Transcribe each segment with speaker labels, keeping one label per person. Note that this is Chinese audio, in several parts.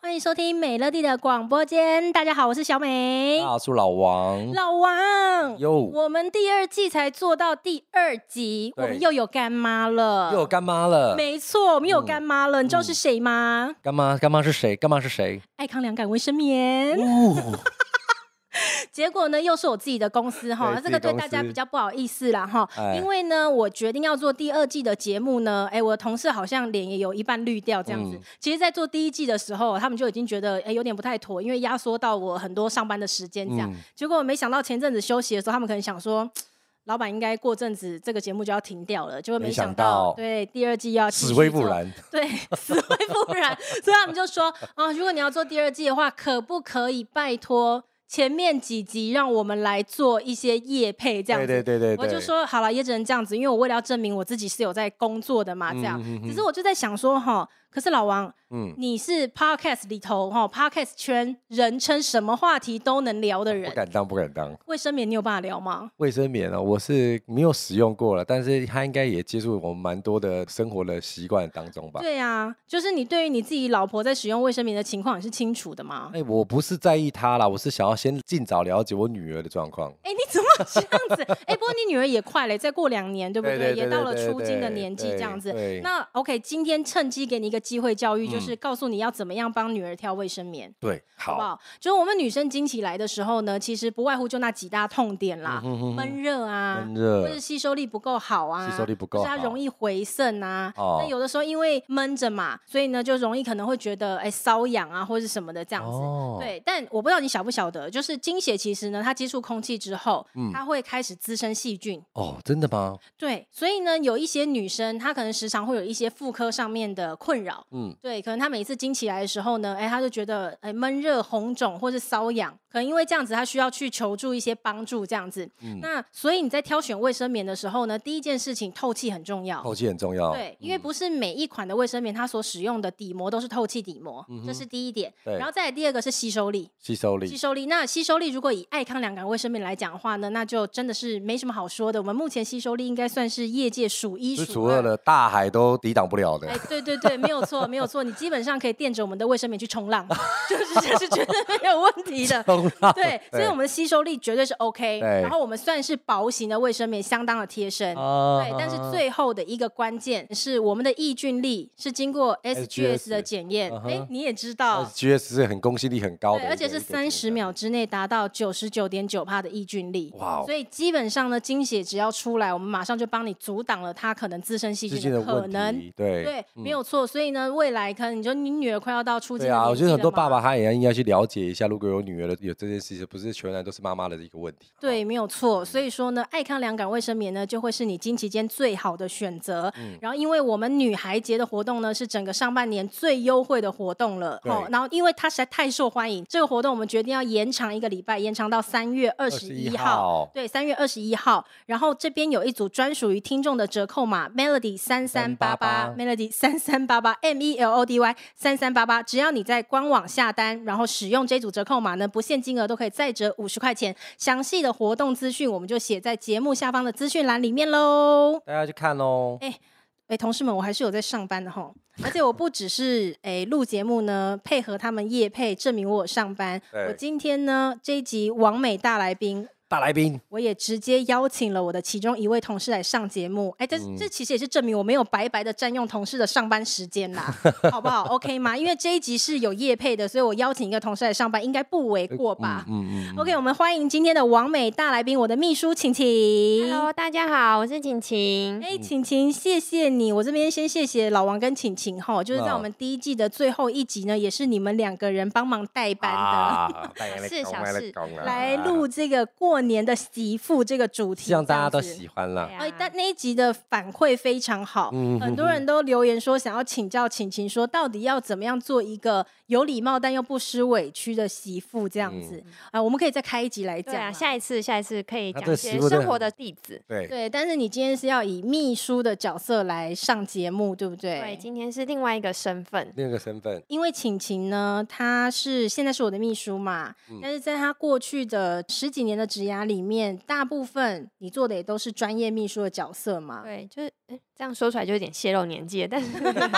Speaker 1: 欢迎收听美乐蒂的广播间，大家好，我是小美，
Speaker 2: 大叔老王，
Speaker 1: 哎老王。
Speaker 2: 又
Speaker 1: 我们第二季才做到第二集，我
Speaker 2: 对
Speaker 1: 们又有干妈了，
Speaker 2: 又有干妈了。
Speaker 1: 没错，我们有
Speaker 2: 嗯
Speaker 1: 干妈了，你知道是谁吗？
Speaker 2: 干妈，干妈是谁？干妈 是谁？
Speaker 1: 爱康良感卫生棉，
Speaker 2: 哦，
Speaker 1: 结果呢又是我自己的公司哈，
Speaker 2: 对
Speaker 1: 这个
Speaker 2: 自己
Speaker 1: 对
Speaker 2: 公
Speaker 1: 大家
Speaker 2: 司
Speaker 1: 比较不好意思啦哈，
Speaker 2: 哎
Speaker 1: 因为呢我决定要做第二季的节目呢，哎，我的同事好像脸也有一半绿掉这样子。
Speaker 2: 嗯
Speaker 1: 其实，在做第一季的时候，他们就已经觉得哎有点不太妥，因为压缩到我很多上班的时间这样。
Speaker 2: 嗯
Speaker 1: 结果没想到前阵子休息的时候，他们可能想说。老板应该过阵子这个节目就要停掉了，结果
Speaker 2: 没
Speaker 1: 没
Speaker 2: 想
Speaker 1: 想到，
Speaker 2: 到
Speaker 1: 对第二季要继
Speaker 2: 死
Speaker 1: 续
Speaker 2: 灰复
Speaker 1: 做
Speaker 2: 燃。
Speaker 1: 对，死灰复燃。所以他们就说啊，如果你要做第二季的话，可不可以拜托前面几集让我们来做一些业配这样
Speaker 2: 对
Speaker 1: 子？
Speaker 2: 对对对对，
Speaker 1: 我就说好了，也只能这样子，因为我为了要证明我自己是有在工作的嘛，这样。
Speaker 2: 嗯嗯嗯
Speaker 1: 只是我就在想说哈，可是老王，
Speaker 2: 嗯，
Speaker 1: 你是 podcast 里头哈，podcast 圈人称什么话题都能聊的
Speaker 2: 不
Speaker 1: 人，
Speaker 2: 敢当，不敢当。
Speaker 1: 卫生棉你有办法聊吗？
Speaker 2: 卫生棉呢、我是没有使用过了，但是它应该也接触我们蛮多的生活的习惯当中吧。
Speaker 1: 对啊，就是你对于你自己老婆在使用卫生棉的情况你是清楚的 吗？
Speaker 2: 哎、我不是在意它啦，我是想要先尽早了解我女儿的状况。
Speaker 1: 哎、你怎么这样子？ 哎、不过你女儿也快了，再过两年，对不
Speaker 2: 对对对
Speaker 1: 也到了
Speaker 2: 对对
Speaker 1: 出金的
Speaker 2: 对
Speaker 1: 年纪，这
Speaker 2: 对
Speaker 1: 样子
Speaker 2: 对。
Speaker 1: 那 OK，今天趁机给你一个机会教育，就
Speaker 2: 嗯
Speaker 1: 是告诉你要怎么样帮女儿挑卫生棉。
Speaker 2: 对，
Speaker 1: 好不好？就是我们女生经期来的时候呢，其实不外乎就那几大痛点啦，
Speaker 2: 嗯哼哼哼
Speaker 1: 闷热啊，
Speaker 2: 闷热
Speaker 1: 或是吸收力不够好啊，
Speaker 2: 吸收力不够
Speaker 1: 或是它
Speaker 2: 好
Speaker 1: 容易回渗啊。
Speaker 2: 哦
Speaker 1: 那有的时候因为闷着嘛，所以呢就容易可能会觉得哎瘙痒啊，或是什么的这样子。
Speaker 2: 哦
Speaker 1: 对，但我不知道你晓不晓得，就是经血其实呢，它接触空气之后，
Speaker 2: 嗯
Speaker 1: 它会开始滋生细菌。
Speaker 2: 哦，真的吗？
Speaker 1: 对，所以呢，有一些女生她可能时常会有一些妇科上面的困扰，
Speaker 2: 嗯，
Speaker 1: 对，可能她每一次经期来的时候呢，哎，她就觉得哎闷热、红肿或是瘙痒，可能因为这样子，她需要去求助一些帮助这样子。
Speaker 2: 嗯
Speaker 1: 那所以你在挑选卫生棉的时候呢，第一件事情透气很重要。
Speaker 2: 透气很重要。
Speaker 1: 哦对，因为不是每一款的卫生棉它所使用的底膜都是透气底膜，这是第一点。
Speaker 2: 嗯对
Speaker 1: 然后再来第二个是吸收力，
Speaker 2: 吸收力
Speaker 1: 吸收力。那吸收力如果以爱康两感卫生棉来讲的话呢，那就真的是没什么好说的。我们目前吸收力应该算是业界数一
Speaker 2: 是
Speaker 1: 数
Speaker 2: 除了的大海都抵挡不了的。
Speaker 1: 哎，对对对，没有错，没有错，你基本上可以垫着我们的卫生棉去冲浪，就是这是绝对没有问题的。
Speaker 2: 冲浪
Speaker 1: 对，所以我们的吸收力绝对是 OK，
Speaker 2: 对
Speaker 1: 然后我们算是薄型的卫生棉，相当的贴身。
Speaker 2: 啊
Speaker 1: 对，但是最后的一个关键是我们的抑菌力是经过 SGS 的检验
Speaker 2: 嗯，哼
Speaker 1: 哎，你也知道，
Speaker 2: GS 是很公信力很高的一
Speaker 1: 对，
Speaker 2: 个，
Speaker 1: 而且是
Speaker 2: 一个节目
Speaker 1: 三十。秒之内达到九十九点九帕的抑菌力，
Speaker 2: 哇哦
Speaker 1: 所以基本上呢，经血只要出来，我们马上就帮你阻挡了它可能滋生细
Speaker 2: 最
Speaker 1: 菌
Speaker 2: 近
Speaker 1: 的
Speaker 2: 的
Speaker 1: 可
Speaker 2: 问
Speaker 1: 能。
Speaker 2: 题，对嗯
Speaker 1: 对，没有错。所以呢，未来可能你就你女儿快要到初级，
Speaker 2: 对啊，我觉得很多爸爸他也应该去了解一下，如果有女儿的有这件事情，不是全然都是妈妈的一个问题。
Speaker 1: 对，没有错。所以说呢，爱康两感卫生棉呢，就会是你经期间最好的选择。
Speaker 2: 嗯
Speaker 1: 然后，因为我们女孩节的活动呢，是整个上半年最优惠的活动了。
Speaker 2: 对
Speaker 1: 齁然后因为它实在太受欢迎，这个活动我们决定要延长一个礼拜，延长到三月二十一
Speaker 2: 21
Speaker 1: 号。
Speaker 2: 号
Speaker 1: 对，三月二十一号。然后这边有一组专属于听众的折扣码，Melody 三三八八
Speaker 2: 3388
Speaker 1: ，Melody 三三八八，M E L O D Y 三三八八。只要你在官网下单，然后使用这组折扣码呢，不限金额都可以再折五十块钱。详细的活动资讯我们就写在节目下方的资讯栏里面喽。
Speaker 2: 大家去看哦。
Speaker 1: 哎，同事们，我还是有在上班的吼，而且我不只是哎录节目呢，配合他们夜配证明我有上班。
Speaker 2: 对
Speaker 1: 我今天呢这一集王美大来宾，
Speaker 2: 大来宾，
Speaker 1: 我也直接邀请了我的其中一位同事来上节目，哎，这、
Speaker 2: 嗯
Speaker 1: 这其实也是证明我没有白白的占用同事的上班时间啦， 好不好？OK 吗？因为这一集是有业配的，所以我邀请一个同事来上班，应该不为过吧、
Speaker 2: 嗯嗯，
Speaker 1: o k 我们欢迎今天的王美大来宾，我的秘书晴晴。
Speaker 3: Hello，大家好，我是晴晴。
Speaker 1: 哎，晴晴，谢谢你！我这边先谢谢老王跟晴晴哈，就是在
Speaker 2: 哇
Speaker 1: 我们第一季的最后一集呢，也是你们两个人帮忙代班的。
Speaker 2: 啊，大家来
Speaker 3: 是
Speaker 2: 讲
Speaker 3: 小
Speaker 2: 来
Speaker 3: 事
Speaker 2: 讲啊
Speaker 1: 来录这个过年的媳妇这个主题，
Speaker 2: 希望大家都
Speaker 1: 这样子
Speaker 2: 喜欢
Speaker 3: 啊
Speaker 2: 啦。
Speaker 3: 哦
Speaker 1: 哎，但那一集的反馈非常好，
Speaker 2: 啊嗯
Speaker 1: 很多人都留言说想要请教晴晴，说到底要怎么样做一个有礼貌但又不失委屈的媳妇这样子
Speaker 2: 嗯
Speaker 1: 啊、我们可以再开一集来讲
Speaker 3: 对
Speaker 1: 啦、
Speaker 3: 啊，下一次下一次可以
Speaker 2: 他
Speaker 3: 讲
Speaker 2: 这
Speaker 3: 一
Speaker 2: 媳
Speaker 3: 些
Speaker 2: 妇真的
Speaker 3: 生
Speaker 2: 很
Speaker 3: 活的例子。
Speaker 2: 对，
Speaker 1: 对，但是你今天是要以秘书的角色来上节目，对不对？
Speaker 3: 对，今天是另外一个身份。
Speaker 2: 另一个身份，
Speaker 1: 因为晴
Speaker 2: 嗯
Speaker 1: 晴呢，她是现在是我的秘书嘛，但是在她过去的十几年的职涯涯里面，大部分你做的也都是专业秘书的角色嘛？
Speaker 3: 对，就是诶这样说出来就有点泄露年纪了，但是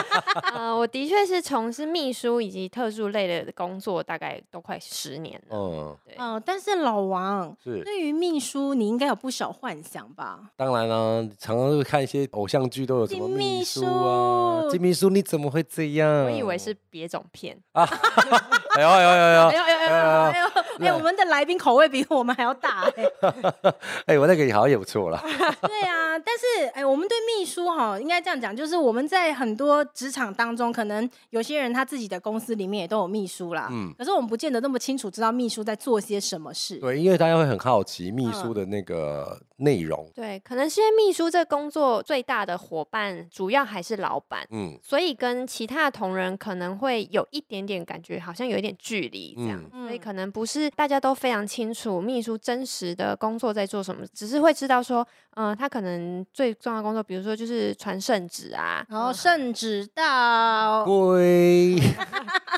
Speaker 3: 呃，我的确是从事秘书以及特助类的工作，大概都快十年了。
Speaker 2: 嗯，
Speaker 3: 对，
Speaker 1: 嗯、但是老王
Speaker 2: 是。
Speaker 1: 对于秘书，你应该有不少幻想吧？
Speaker 2: 当然啦、常常会看一些偶像剧，都有什么
Speaker 1: 金秘
Speaker 2: 秘书啊
Speaker 1: 书，
Speaker 2: 金秘书你怎么会这样？
Speaker 3: 我以为是别种片，
Speaker 2: 哎呦，哎呦哎呦
Speaker 1: 哎
Speaker 2: 哎呦！
Speaker 1: 呦哎呦哎呦哎
Speaker 2: 来
Speaker 1: 呦！我们的来宾口味比我们还要大、 哎
Speaker 2: 哎，我那个也好像也不错啦。
Speaker 1: 对啊，但是哎，我们对秘书哈，应该这样讲，就是我们在很多职场当中，可能有些人他自己的公司里面也都有秘书啦，
Speaker 2: 嗯
Speaker 1: 可是我们不见得那么清楚知道秘书在做些什么事。
Speaker 2: 对，因为大家会很好
Speaker 1: 嗯
Speaker 2: 奇秘书的那个内容。
Speaker 3: 对，可能是因为秘书这个工作最大的伙伴，主要还是老板。
Speaker 2: 嗯
Speaker 3: 所以跟其他的同仁可能会有一点点感觉，好像有一点距离这样，
Speaker 1: 嗯
Speaker 3: 所以可能不是大家都非常清楚秘书真实的工作在做什么，只是会知道说，嗯、他可能最重要的工作，比如说就是传圣旨啊，
Speaker 1: 然后甚至到
Speaker 2: 归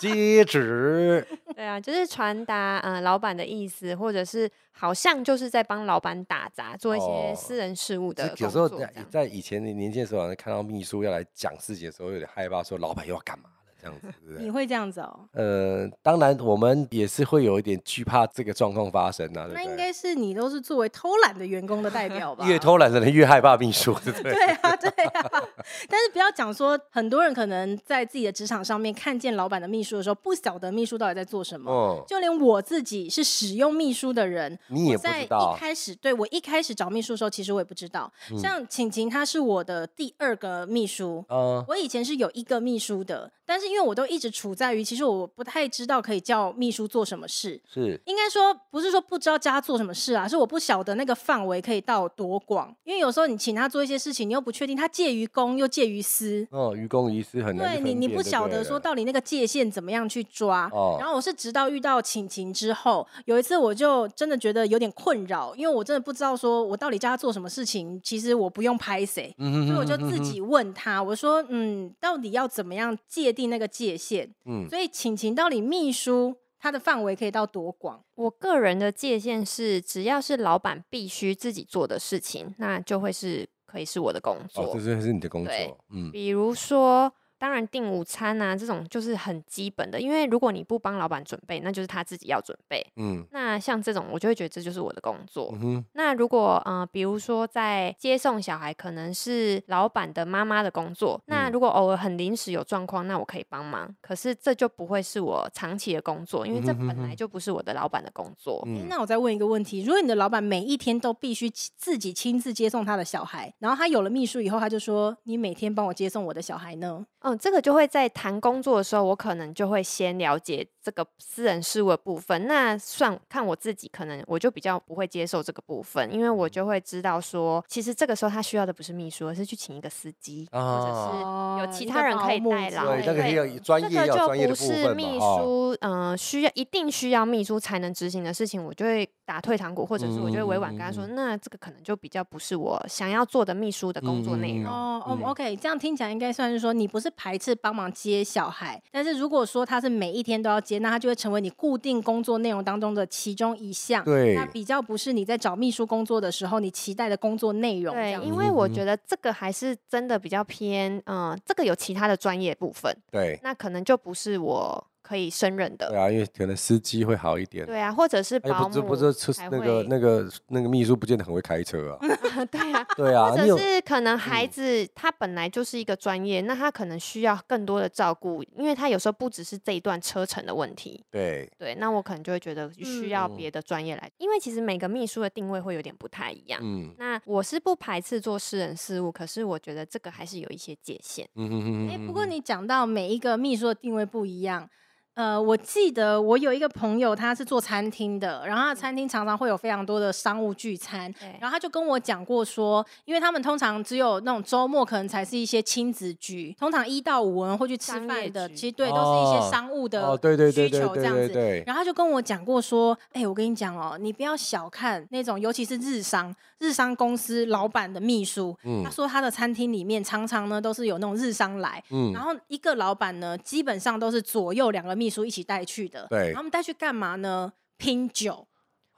Speaker 2: 接旨，
Speaker 3: 对啊，就是传达嗯、呃老板的意思，或者是好像就是在帮老板打杂，做一些
Speaker 2: 哦
Speaker 3: 私人事务的
Speaker 2: 是
Speaker 3: 工
Speaker 2: 有时候
Speaker 3: 作这
Speaker 2: 在
Speaker 3: 样
Speaker 2: 在以前的年轻的时候，好像看到秘书要来讲事情的时候，有点害怕，说老板又要干嘛了这样子，对不
Speaker 1: 你
Speaker 2: 对？
Speaker 1: 会这样子哦、
Speaker 2: 呃，当然我们也是会有一点惧怕这个状况发生啊，
Speaker 1: 那
Speaker 2: 对不
Speaker 1: 应
Speaker 2: 对？
Speaker 1: 该是你都是作为偷懒的员工的代表吧？
Speaker 2: 越偷懒的人越害怕秘书，对 不对？
Speaker 1: 对啊，对啊。 但是不要讲说，很多人可能在自己的职场上面看见老板的秘书的时候，不晓得秘书到底在做什么。
Speaker 2: 嗯，
Speaker 1: 就连我自己是使用秘书的人，
Speaker 2: 你也
Speaker 1: 我
Speaker 2: 不
Speaker 1: 在
Speaker 2: 知
Speaker 1: 一
Speaker 2: 道，
Speaker 1: 开始对我一开始找秘书的时候，其实我也不知道。像晴晴，她是我的第二个秘书。
Speaker 2: 嗯，
Speaker 1: 我以前是有一个秘书的，但是因为我都一直处在于，其实我不太知道可以叫秘书做什么事。
Speaker 2: 是
Speaker 1: 应该说不是说不知道叫他做什么事啊，是我不晓得那个范围可以到多广。因为有时候你请他做一些事情，你又不确定他介于公又介于私，
Speaker 2: 哦，愚公移私很难
Speaker 1: 对
Speaker 2: 去分
Speaker 1: 你
Speaker 2: 辨
Speaker 1: 你不
Speaker 2: 就
Speaker 1: 晓
Speaker 2: 对
Speaker 1: 得说
Speaker 2: 了
Speaker 1: 到底那个界限怎么样去抓。
Speaker 2: 哦
Speaker 1: 然后我是直到遇到晴晴之后，有一次我就真的觉得有点困扰，因为我真的不知道说我到底叫他做什么事情，其实我不用拍谁。
Speaker 2: 嗯
Speaker 1: 所以我就
Speaker 2: 哼哼
Speaker 1: 自
Speaker 2: 哼
Speaker 1: 己问他，我说：“嗯，到底要怎么样界定那个界限？”
Speaker 2: 嗯
Speaker 1: 所以晴晴到底秘书他的范围可以到多广？
Speaker 3: 我个人的界限是，只要是老板必须自己做的事情，那就会是可以是我的工作。
Speaker 2: 哦，这是是你的工
Speaker 3: 对
Speaker 2: 作，嗯，
Speaker 3: 比如说，当然订午餐啊，这种就是很基本的，因为如果你不帮老板准备，那就是他自己要准备。
Speaker 2: 嗯
Speaker 3: 那像这种，我就会觉得这就是我的工作。
Speaker 2: 嗯哼，
Speaker 3: 那如果呃，比如说在接送小孩，可能是老板的妈妈的工作。
Speaker 2: 嗯
Speaker 3: 那如果偶尔很临时有状况，那我可以帮忙。可是这就不会是我长期的工作，因为这
Speaker 2: 嗯哼
Speaker 3: 本
Speaker 2: 哼
Speaker 3: 来
Speaker 2: 哼
Speaker 3: 就不是我的老板的工作。
Speaker 1: 诶
Speaker 2: 嗯
Speaker 1: 那我再问一个问题：如果你的老板每一天都必须亲自己亲自接送他的小孩，然后他有了秘书以后，他就说你每天帮我接送我的小孩呢？
Speaker 3: 嗯，这个就会在谈工作的时候，我可能就会先了解这个私人事务的部分。那算看我自己，可能我就比较不会接受这个部分，因为
Speaker 2: 嗯
Speaker 3: 我就会知道说，其实这个时候他需要的不是秘书，而是去请一个司机，
Speaker 2: 啊
Speaker 3: 或者是有
Speaker 1: 哦
Speaker 3: 其
Speaker 1: 一个
Speaker 3: 他人可以
Speaker 1: 保姆
Speaker 3: 代
Speaker 1: 之
Speaker 3: 劳。
Speaker 1: 类
Speaker 2: 对，那
Speaker 1: 的
Speaker 2: 个
Speaker 3: 对
Speaker 2: 也有专
Speaker 3: 这
Speaker 2: 业，
Speaker 3: 个
Speaker 2: 要专业
Speaker 3: 就
Speaker 2: 的
Speaker 3: 不
Speaker 2: 部
Speaker 3: 是
Speaker 2: 分嘛，
Speaker 3: 秘
Speaker 2: 哈，
Speaker 3: 书，嗯、需要一定需要秘书才能执行的事情，我就会打退堂鼓，
Speaker 2: 嗯
Speaker 3: 或者是我就会委婉跟他说，那这个可能就比较不是我想要做的秘书的工作内
Speaker 2: 嗯嗯嗯
Speaker 3: 容。
Speaker 1: 哦哦、
Speaker 2: 嗯
Speaker 1: o k 这样听起来应该算是说你不是排斥帮忙接小孩，但是如果说他是每一天都要接，那他就会成为你固定工作内容当中的其中一项。
Speaker 2: 对
Speaker 1: 那比较不是你在找秘书工作的时候你期待的工作内容。这
Speaker 3: 对，
Speaker 1: 样
Speaker 3: 因
Speaker 1: 子
Speaker 3: 为我
Speaker 2: 嗯
Speaker 3: 觉得这个还是真的比较偏，嗯、这个有其他的专业部分，
Speaker 2: 对
Speaker 3: 那可能就不是我可以胜任
Speaker 2: 对
Speaker 3: 的。
Speaker 2: 啊，因为可能司机会好一点，
Speaker 3: 对啊，或者是
Speaker 2: 哎，
Speaker 3: 保
Speaker 2: 不知
Speaker 3: 姆，
Speaker 2: 不知道车
Speaker 3: 才
Speaker 2: 那个
Speaker 3: 会
Speaker 2: 那个那个秘书不见得很会开车啊，
Speaker 3: 对啊，
Speaker 2: 对 啊，
Speaker 3: 或
Speaker 2: 你有
Speaker 3: 者是可能孩
Speaker 2: 嗯
Speaker 3: 子他本来就是一个专业，那他可能需要更多的照顾，因为他有时候不只是这一段车程的问题。
Speaker 2: 对，
Speaker 3: 对，那我可能就会觉得需要
Speaker 2: 嗯
Speaker 3: 别的专业来，因为其实每个秘书的定位会有点不太一样。
Speaker 2: 嗯
Speaker 3: 那我是不排斥做私人事务，可是我觉得这个还是有一些界限。
Speaker 2: 嗯哼哼
Speaker 1: 哎、
Speaker 2: 哼
Speaker 1: 不过
Speaker 2: 哼
Speaker 1: 你讲到每一个秘书的定位不一样，呃，我记得我有一个朋友，他是做餐厅的，然后
Speaker 2: 嗯
Speaker 1: 他的餐厅常常会有非常多的商务聚餐，
Speaker 3: 对
Speaker 1: 然后他就跟我讲过说，因为他们通常只有那种周末可能才是一些亲子局，通常一到五人会去吃
Speaker 3: 商业
Speaker 1: 饭的，
Speaker 3: 局
Speaker 1: 其实对，都是一些
Speaker 2: 哦
Speaker 1: 商务的
Speaker 2: 哦，对对对
Speaker 1: 需
Speaker 2: 对
Speaker 1: 求这
Speaker 2: 对
Speaker 1: 样
Speaker 2: 对
Speaker 1: 子。
Speaker 2: 对，
Speaker 1: 然后他就跟我讲过说，哎、我跟你讲哦，你不要小看那种，尤其是日商日商公司老板的秘书，
Speaker 2: 嗯
Speaker 1: 他说他的餐厅里面常常呢都是有那种日商来，然
Speaker 2: 嗯，
Speaker 1: 后一个老板呢基本上都是左右两个秘书一起带去的，
Speaker 2: 对
Speaker 1: 然后他们带去干嘛呢？拼酒。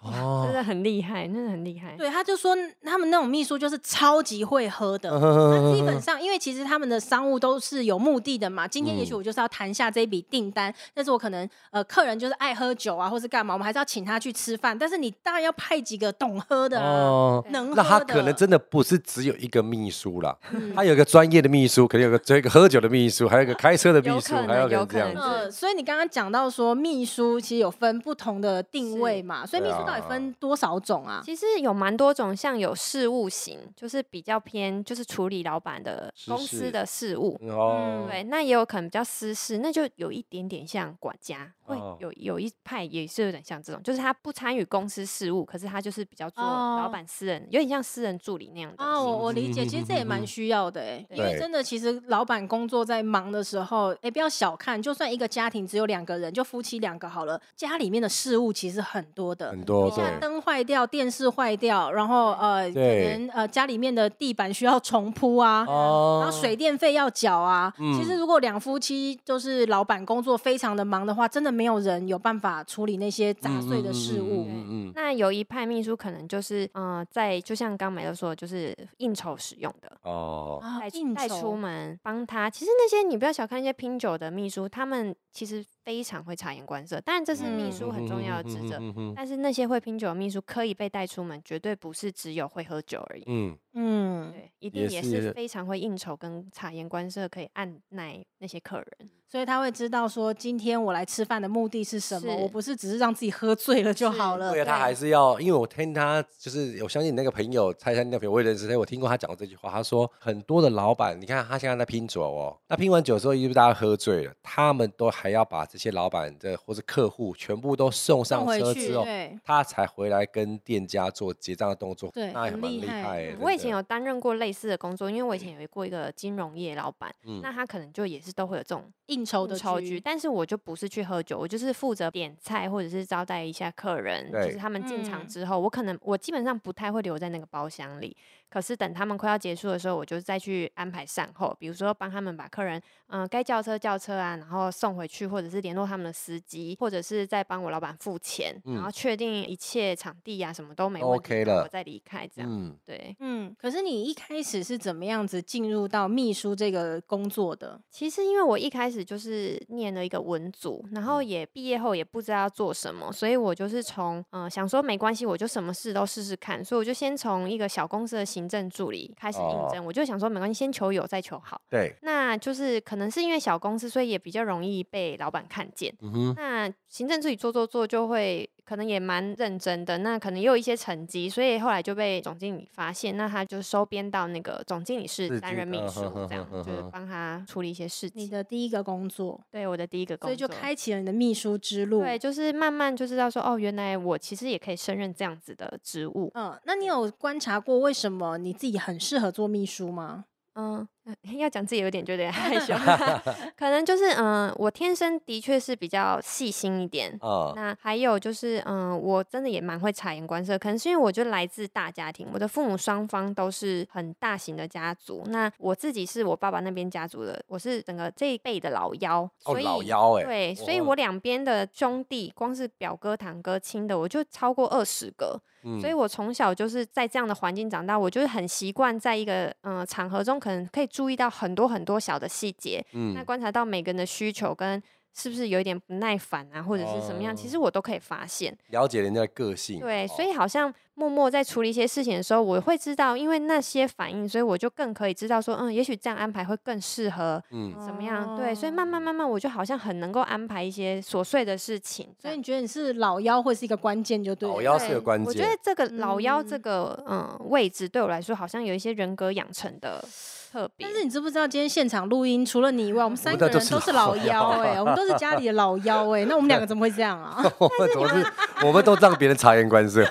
Speaker 3: 真
Speaker 2: 哦，
Speaker 3: 的很厉害，真的很厉
Speaker 2: 嗯
Speaker 3: 害。
Speaker 1: 对，他就说他们那种秘书就是超级会喝的，
Speaker 2: 嗯
Speaker 1: 那基本上，因为其实他们的商务都是有目的的嘛。今天也许
Speaker 2: 嗯
Speaker 1: 我就是要谈下这一笔订单，但是我可能呃，客人就是爱喝酒啊，或是干嘛，我们还是要请他去吃饭。但是你当然要派几个懂喝的啊，
Speaker 2: 哦，
Speaker 1: 能喝的。
Speaker 2: 那他可能真的不是只有一个秘书啦，
Speaker 1: 嗯
Speaker 2: 他有一个专业的秘书，可能有个这个喝酒的秘书，还有一个开车的秘
Speaker 3: 有
Speaker 2: 书
Speaker 3: 可，能
Speaker 2: 还有个
Speaker 3: 有
Speaker 2: 这
Speaker 3: 可
Speaker 2: 样
Speaker 3: 能
Speaker 2: 子。
Speaker 1: 呃，所以你刚刚讲到说，秘书其实有分不同的定位嘛，所以秘
Speaker 2: 对
Speaker 1: 书到底
Speaker 2: 啊
Speaker 1: 分多少种啊？
Speaker 3: 其实有蛮多种，像有事务型，就是比较偏就是处理老板的
Speaker 2: 私
Speaker 3: 公
Speaker 2: 事
Speaker 3: 司的事务。
Speaker 2: 嗯哦，
Speaker 3: 对，那也有可能比较私事，那就有一点点像管家，会
Speaker 2: 哦
Speaker 3: 有有一派也是有点像这种，就是他不参与公司事务，可是他就是比较做老
Speaker 1: 哦
Speaker 3: 板私人，有点像私人助理那样的
Speaker 1: 啊，我
Speaker 3: 性
Speaker 1: 我
Speaker 3: 质。
Speaker 1: 理解，其实这也蛮需要的哎、
Speaker 3: 对
Speaker 1: 因为真的，其实老板工作在忙的时候，哎、不要小看，就算一个家庭只有两个人，就夫妻两个好了，家里面的事物其实很多的，
Speaker 2: 很多
Speaker 1: 一下
Speaker 2: 对，
Speaker 1: 灯坏掉，电视坏掉，然后呃，可
Speaker 2: 对
Speaker 1: 能呃家里面的地板需要重铺啊。
Speaker 2: 哦
Speaker 1: 然后水电费要缴啊。
Speaker 2: 嗯
Speaker 1: 其实如果两夫妻就是老板工作非常的忙的话，真的没有人有办法处理那些杂碎的事物。
Speaker 2: 嗯嗯嗯嗯嗯
Speaker 3: 那有一派秘书可能就是，嗯、在就像刚梅都说的，就是应酬使用的，
Speaker 2: 哦，
Speaker 1: 啊
Speaker 3: 带
Speaker 1: 应
Speaker 3: 带
Speaker 1: 酬
Speaker 3: 出门帮他。其实那些你不要小看那些拼酒的秘书，他们其实非常会察言观色，当然这是秘
Speaker 1: 嗯
Speaker 3: 书很重要的职责。
Speaker 2: 嗯嗯嗯嗯
Speaker 3: 但是那些会拼酒的秘书可以被带出门，绝对不是只有会喝酒而已。
Speaker 2: 嗯，
Speaker 1: 嗯，
Speaker 3: 对，一
Speaker 2: 也
Speaker 3: 定也
Speaker 2: 是也是
Speaker 3: 是非常会应酬跟察言观色，可以按耐那些客人。
Speaker 1: 所以他会知道说今天我来吃饭的目的是什么，
Speaker 3: 是
Speaker 1: 我不是只是让自己喝醉了就是好了
Speaker 2: 对。啊，他
Speaker 3: 对
Speaker 2: 还是要，因为我听他就是，我相信你那个朋友，蔡山那个朋友我也认识，但我听过他讲过这句话，他说很多的老板，你看他现在在拼酒哦，那拼完酒之后，因为大家喝醉了，他们都还要把这些老板的或是客户全部都送上
Speaker 1: 送回
Speaker 2: 车
Speaker 1: 去
Speaker 2: 之后
Speaker 1: 对，
Speaker 2: 他才回来跟店家做结账的动作，
Speaker 1: 对
Speaker 2: 那也
Speaker 1: 很
Speaker 2: 蛮
Speaker 1: 厉
Speaker 2: 厉
Speaker 1: 害
Speaker 2: 害欸。
Speaker 3: 我以前
Speaker 2: 真的
Speaker 3: 有担任过类似的工作，因为我以前有过一个金融业老板，
Speaker 2: 嗯
Speaker 3: 那他可能就也是都会有这种
Speaker 1: 应酬的
Speaker 3: 应酬局，嗯但是我就不是去喝酒，我就是负责点菜或者是招待一下客人，就
Speaker 2: 对
Speaker 3: 是他们进场
Speaker 1: 嗯
Speaker 3: 之后，我可能我基本上不太会留在那个包厢里，可是等他们快要结束的时候，我就再去安排善后，比如说帮他们把客人嗯、呃该叫车叫车啊，然后送回去，或者是联络他们的司机，或者是再帮我老板付钱，
Speaker 2: 嗯
Speaker 3: 然后确定一切场地呀、什么都没
Speaker 2: 都
Speaker 3: 问题
Speaker 2: OK
Speaker 3: 然后
Speaker 2: 了
Speaker 3: 我再离开这样。
Speaker 2: 嗯，
Speaker 3: 对，
Speaker 1: 嗯，可是你一开始是怎么样子进入到秘书这个工作的？
Speaker 3: 其实因为我一开始就是念了一个文组，然后也毕业后也不知道要做什么，所以我就是从嗯、呃想说没关系，我就什么事都试试看，所以我就先从一个小公司的行政助理开始
Speaker 2: 哦
Speaker 3: 应征，我就想说没关系，先求有再求好。
Speaker 2: 对，
Speaker 3: 那就是可能是因为小公司，所以也比较容易被老板看见。
Speaker 2: 嗯哼，
Speaker 3: 那行政助理做做做就会可能也蛮认真的，那可能也有一些成绩，所以后来就被总经理发现，那他就收编到那个总经理
Speaker 2: 自
Speaker 3: 室担
Speaker 2: 己
Speaker 3: 任秘
Speaker 2: 嗯
Speaker 3: 书
Speaker 2: 哼哼，
Speaker 3: 这样
Speaker 2: 哼
Speaker 3: 就是
Speaker 2: 哼
Speaker 3: 帮他处理一些事
Speaker 1: 你
Speaker 3: 情。
Speaker 1: 的第一个工作，
Speaker 3: 对我的第一个工
Speaker 1: 所
Speaker 3: 作，
Speaker 1: 以就开启了你的秘书之路。
Speaker 3: 对，就是慢慢就知道说，哦，原来我其实也可以胜任这样子的职务。
Speaker 1: 嗯，那你有观察过为什么你自己很适合做秘书吗？
Speaker 3: 嗯，呃要讲自己有点就有点害羞， 可能就是嗯，我天生的确是比较细心一点，
Speaker 2: 啊，
Speaker 3: 那还有就是，嗯，我真的也蛮会察言观色，可能是因为我就来自大家庭，我的父母双方都是很大型的家族。那我自己是我爸爸那边家族的，我是整个这一辈的老幺，
Speaker 2: 哦，
Speaker 3: 所以、
Speaker 2: 老妖哎，
Speaker 3: 对，所以
Speaker 2: 哇
Speaker 3: 我两边的兄弟，光是表哥、堂哥、亲的，我就超过二十个。所以
Speaker 2: 嗯
Speaker 3: 我从小就是在这样的环境长大，我就是很习惯在一个嗯、呃场合中，可能可以注意到很多很多小的细节，那
Speaker 2: 嗯，
Speaker 3: 观察到每个人的需求跟是不是有一点不耐烦啊，或者是什么样，其
Speaker 2: 哦嗯
Speaker 3: 实我都可以发现。
Speaker 2: 了解人家的个性，
Speaker 3: 对，所
Speaker 2: 哦
Speaker 3: 以好像默默在处理一些事情的时候，我会知道，因为那些反应，所以我就更可以知道说，嗯，也许这样安排会更适合
Speaker 2: 嗯，
Speaker 3: 怎么样。对，所以慢
Speaker 1: 哦
Speaker 3: 慢慢慢，我就好像很能够安排一些琐碎的事情。
Speaker 1: 所以你觉得你是老幺会是一个关键，就对了。
Speaker 2: 老幺是
Speaker 3: 对
Speaker 2: 个关
Speaker 3: 我觉
Speaker 2: 键
Speaker 3: 得这个老幺这
Speaker 1: 嗯
Speaker 3: 个嗯位置对我来说，好像有一些人格养成的特别
Speaker 1: 但。是你知不知道，今天现场录音除了你以外，我们三
Speaker 2: 们
Speaker 1: 个
Speaker 2: 都
Speaker 1: 人
Speaker 2: 是
Speaker 1: 都是
Speaker 2: 老
Speaker 1: 老幺
Speaker 2: 幺
Speaker 1: 哎、我们都是家里的老幺哎、那我们两个怎么会这样啊？
Speaker 2: 我们总是我们都让别人察言观色，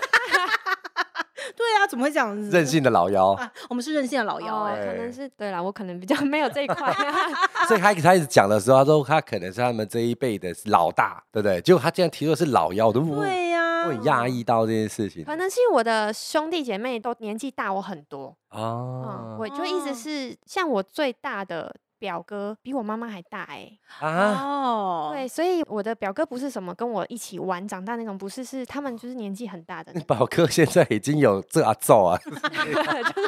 Speaker 1: 对啊，怎么会这样子？
Speaker 2: 任性的老妖，
Speaker 1: 我们是任性的老幺
Speaker 3: 哦
Speaker 1: 哎、
Speaker 3: 可
Speaker 2: 哎
Speaker 3: 能是对啦，我可能比较没有这一块。
Speaker 2: 所以他他一直讲的时候，他说他可能是他们这一辈的老大，对不对？结果他竟然提出的是老妖，我都我
Speaker 1: 对啊呀、
Speaker 2: 我很讶异到这件事情
Speaker 3: 可能是因为我的兄弟姐
Speaker 2: 哦
Speaker 3: 妹都年纪大我很多，嗯，
Speaker 2: 啊，
Speaker 3: 我就一
Speaker 1: 哦
Speaker 3: 直是像我最大的表哥比我妈妈还大哎、
Speaker 2: 啊，
Speaker 1: 哦，
Speaker 3: 对，所以我的表哥不是什么跟我一起玩长大那种，不是，是他们就是年纪很大的那
Speaker 2: 你
Speaker 3: 种，
Speaker 2: 宝哥现在已经有这阿揍啊，
Speaker 3: 就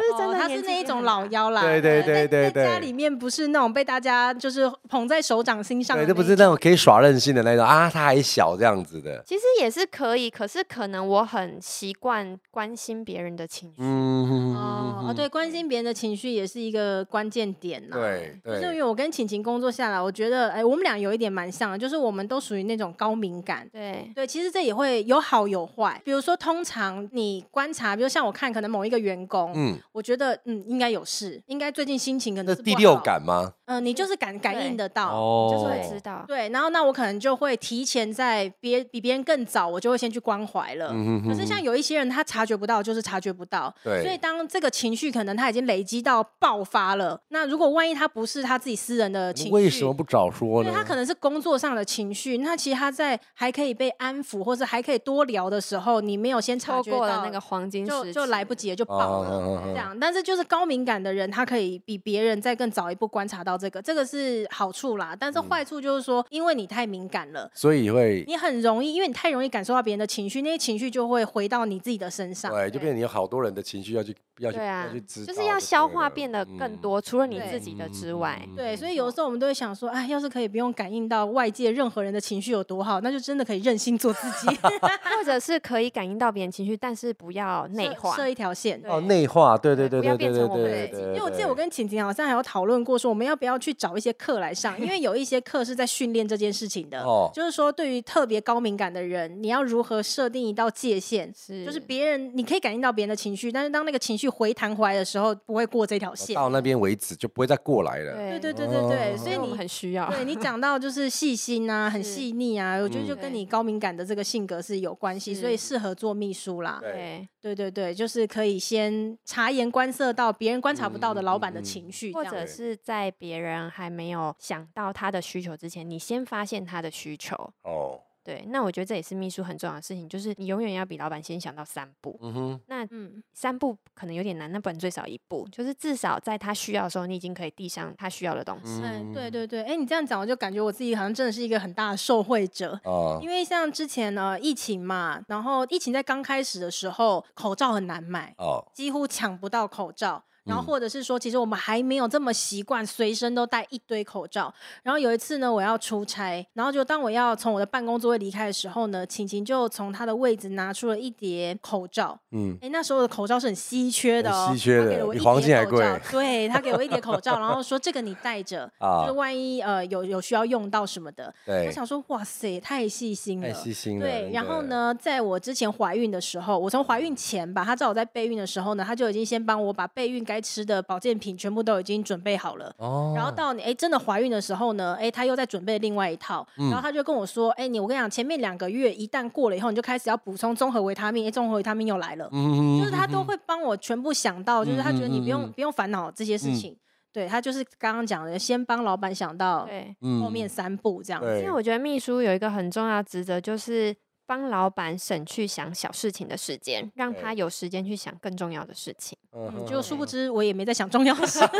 Speaker 3: 是真
Speaker 1: 哦
Speaker 3: 的、
Speaker 1: 他是那一种老。妖啦，
Speaker 2: 对对
Speaker 1: 在
Speaker 2: 对对
Speaker 1: 在家
Speaker 2: 对
Speaker 1: 里面不是那种被大家就是捧在手掌心上的
Speaker 2: 对，
Speaker 1: 一
Speaker 2: 这
Speaker 1: 种，
Speaker 2: 不是那种可以耍任性的那种啊，他还小这样子的，
Speaker 1: 哦
Speaker 3: 其实也是可以，可是可能我很习惯关心别人的情绪。
Speaker 2: 嗯，
Speaker 1: 哦哦，对，关心别人的情绪也是一个关键点呐、
Speaker 2: 对
Speaker 1: 就是因
Speaker 2: 对，
Speaker 1: 为我跟晴晴工作下来，我觉得，哎，我们俩有一点蛮像的，就是我们都属于那种高敏感。
Speaker 3: 对，
Speaker 1: 对，其实这也会有好有坏。比如说，通常你观察，比如像我看，可能某一个员工，
Speaker 2: 嗯，
Speaker 1: 我觉得嗯，应该有事，应该最近心情可能
Speaker 2: 那
Speaker 1: 是
Speaker 2: 第
Speaker 1: 不
Speaker 2: 六
Speaker 1: 好，
Speaker 2: 感吗？
Speaker 1: 嗯、你就是感感应
Speaker 3: 对
Speaker 1: 得到。
Speaker 2: 哦
Speaker 3: 就是会知道。
Speaker 1: 对，然后那我可能就会提前在别比别人更早，我就会先去关怀了。
Speaker 2: 嗯
Speaker 1: 可是像有一些人，他察觉不到，就是察觉不到。
Speaker 2: 对，
Speaker 1: 所以当这个情绪可能他已经累积到爆发了，那如果万一他不是他自己私人的
Speaker 2: 你
Speaker 1: 情绪，
Speaker 2: 为什么不早说
Speaker 1: 因为？
Speaker 2: 呢
Speaker 1: 他可能是工作上的情绪，那其实他在还可以被安抚，或者还可以多聊的时候，你没有先察
Speaker 3: 错
Speaker 1: 觉到
Speaker 3: 过了那个黄金时
Speaker 1: 就
Speaker 3: 期，
Speaker 1: 就来不及了，就爆了。这
Speaker 2: 啊，
Speaker 1: 样，但是就是高敏感的人，他可以比别人再更早一步观察到这个，这个是好处啦。但是
Speaker 2: 嗯
Speaker 1: 坏处就是说，因为你太敏感了，
Speaker 2: 所以会
Speaker 1: 你很容易，因为你太容易感受到别人的情绪，那些情绪就会回到你自己的身上。
Speaker 2: 对，就变成有好多人的情绪要去要去
Speaker 3: 对啊
Speaker 2: 要去知道，
Speaker 3: 就是要消化变得
Speaker 2: 嗯
Speaker 3: 更。多，除了你
Speaker 1: 对
Speaker 3: 自己的之外。
Speaker 1: 对，所以有的时候我们都会想说，哎，要是可以不用感应到外界任何人的情绪有多好，那就真的可以任性做自 己，
Speaker 3: 或者是可以感应到别人情绪，但是不要内
Speaker 1: 设
Speaker 3: 化。
Speaker 1: 设一条线。
Speaker 3: 对
Speaker 2: 哦，内化，对对对
Speaker 3: 对
Speaker 2: 对
Speaker 3: 不
Speaker 2: 对
Speaker 3: 要变
Speaker 2: 对
Speaker 3: 成我们
Speaker 2: 对
Speaker 3: 自己
Speaker 1: 因
Speaker 2: 对，
Speaker 1: 为我记得我跟晴晴好像还有讨论过，说我们要不要去找一些课来上，因为有一些课是在训练这件事情的。
Speaker 2: 哦，
Speaker 1: 就是说，对于特别高敏感的人，你要如何设定一道界限？
Speaker 3: 是
Speaker 1: 就是别人，你可以感应到别人的情绪，但是当那个情绪回弹回来的时候，不会过这条线。
Speaker 2: 到那边为止就不会再过来了。
Speaker 1: 对
Speaker 3: 对
Speaker 1: 对对对对，
Speaker 2: 哦
Speaker 1: 所以
Speaker 3: 我们
Speaker 1: 你
Speaker 3: 很 需要。
Speaker 1: 对你讲到就是细心啊，很
Speaker 3: 是
Speaker 1: 细腻啊，我觉得
Speaker 2: 嗯
Speaker 1: 就跟
Speaker 3: 对
Speaker 1: 你高敏感的这个性格是有关系，所以
Speaker 3: 是
Speaker 1: 适合做秘书啦。
Speaker 2: 对
Speaker 1: 对
Speaker 3: 对，
Speaker 1: 对对，就是可以先察言观色到别人观察不到
Speaker 2: 嗯
Speaker 1: 的老板的情绪，这
Speaker 3: 或
Speaker 1: 样
Speaker 3: 者
Speaker 1: 子。
Speaker 3: 是在别人还没有想到他的需求之前，你先发现他的需求。
Speaker 2: 哦，
Speaker 3: 对，那我觉得这也是秘书很重要的事情，就是你永远要比老板先想到三步。
Speaker 2: 嗯哼，
Speaker 3: 那
Speaker 1: 嗯，
Speaker 3: 三步可能有点难，那不然最少一步，就是至少在他需要的时候，你已经可以递上他需要的东
Speaker 2: 嗯
Speaker 3: 西。
Speaker 1: 哎，对对对，哎，你这样讲，我就感觉我自己好像真的是一个很大的受惠者。
Speaker 2: 啊，
Speaker 1: 因为像之前呢，疫情嘛，然后疫情在刚开始的时候，口罩很难买，
Speaker 2: 哦，
Speaker 1: 几乎抢不到口罩。然后
Speaker 2: 嗯
Speaker 1: 或者是说，其实我们还没有这么习惯随身都带一堆口罩。然后有一次呢，我要出差，然后就当我要从我的办公座位离开的时候呢，晴晴就从她的位置拿出了一叠口罩。
Speaker 2: 嗯，
Speaker 1: 哎，那时候的口罩是很稀缺的哦，
Speaker 2: 很稀缺的
Speaker 1: 她给了我
Speaker 2: 比
Speaker 1: 一
Speaker 2: 黄金
Speaker 1: 叠
Speaker 2: 还
Speaker 1: 口罩
Speaker 2: 贵。
Speaker 1: 对，她给我一叠口罩，然后说这个你带着，就是
Speaker 2: 啊，
Speaker 1: 万一呃有有需要用到什么的。我
Speaker 2: 对，
Speaker 1: 想说，哇塞，太细心了
Speaker 2: 太。细心了。
Speaker 1: 对，
Speaker 2: 真
Speaker 1: 然后
Speaker 2: 的？
Speaker 1: 呢，在我之前怀孕的时候，我从怀孕前吧，他知道我在备孕的时候呢，他就已经先帮我把备孕该吃的保健品全部都已经准备好了。
Speaker 2: 哦，
Speaker 1: 然后到你哎真的怀孕的时候呢，哎他又在准备另外一套，
Speaker 2: 嗯
Speaker 1: 然后他就跟我说，哎你我跟你讲，前面两个月一旦过了以后，你就开始要补充综合维他命，哎综合维他命又来了，
Speaker 2: 嗯，
Speaker 1: 就
Speaker 2: 嗯
Speaker 1: 是他都会帮我全部想到，就是他觉得你不
Speaker 2: 嗯嗯
Speaker 1: 用
Speaker 2: 嗯
Speaker 1: 不用烦恼这些事
Speaker 2: 嗯
Speaker 1: 情，对他就是刚刚讲的，先帮老板想到
Speaker 3: 对，
Speaker 2: 嗯
Speaker 1: 后面三步这样子。
Speaker 2: 对嗯
Speaker 3: 因为我觉得秘书有一个很重要的职责，就是帮老板省去想小事情的时间，让他
Speaker 2: 对
Speaker 3: 有时间去想更重要的事情。
Speaker 2: 嗯
Speaker 1: 嗯，
Speaker 2: 哼
Speaker 1: 就殊不
Speaker 2: 哼
Speaker 1: 知我也没在想重要的事。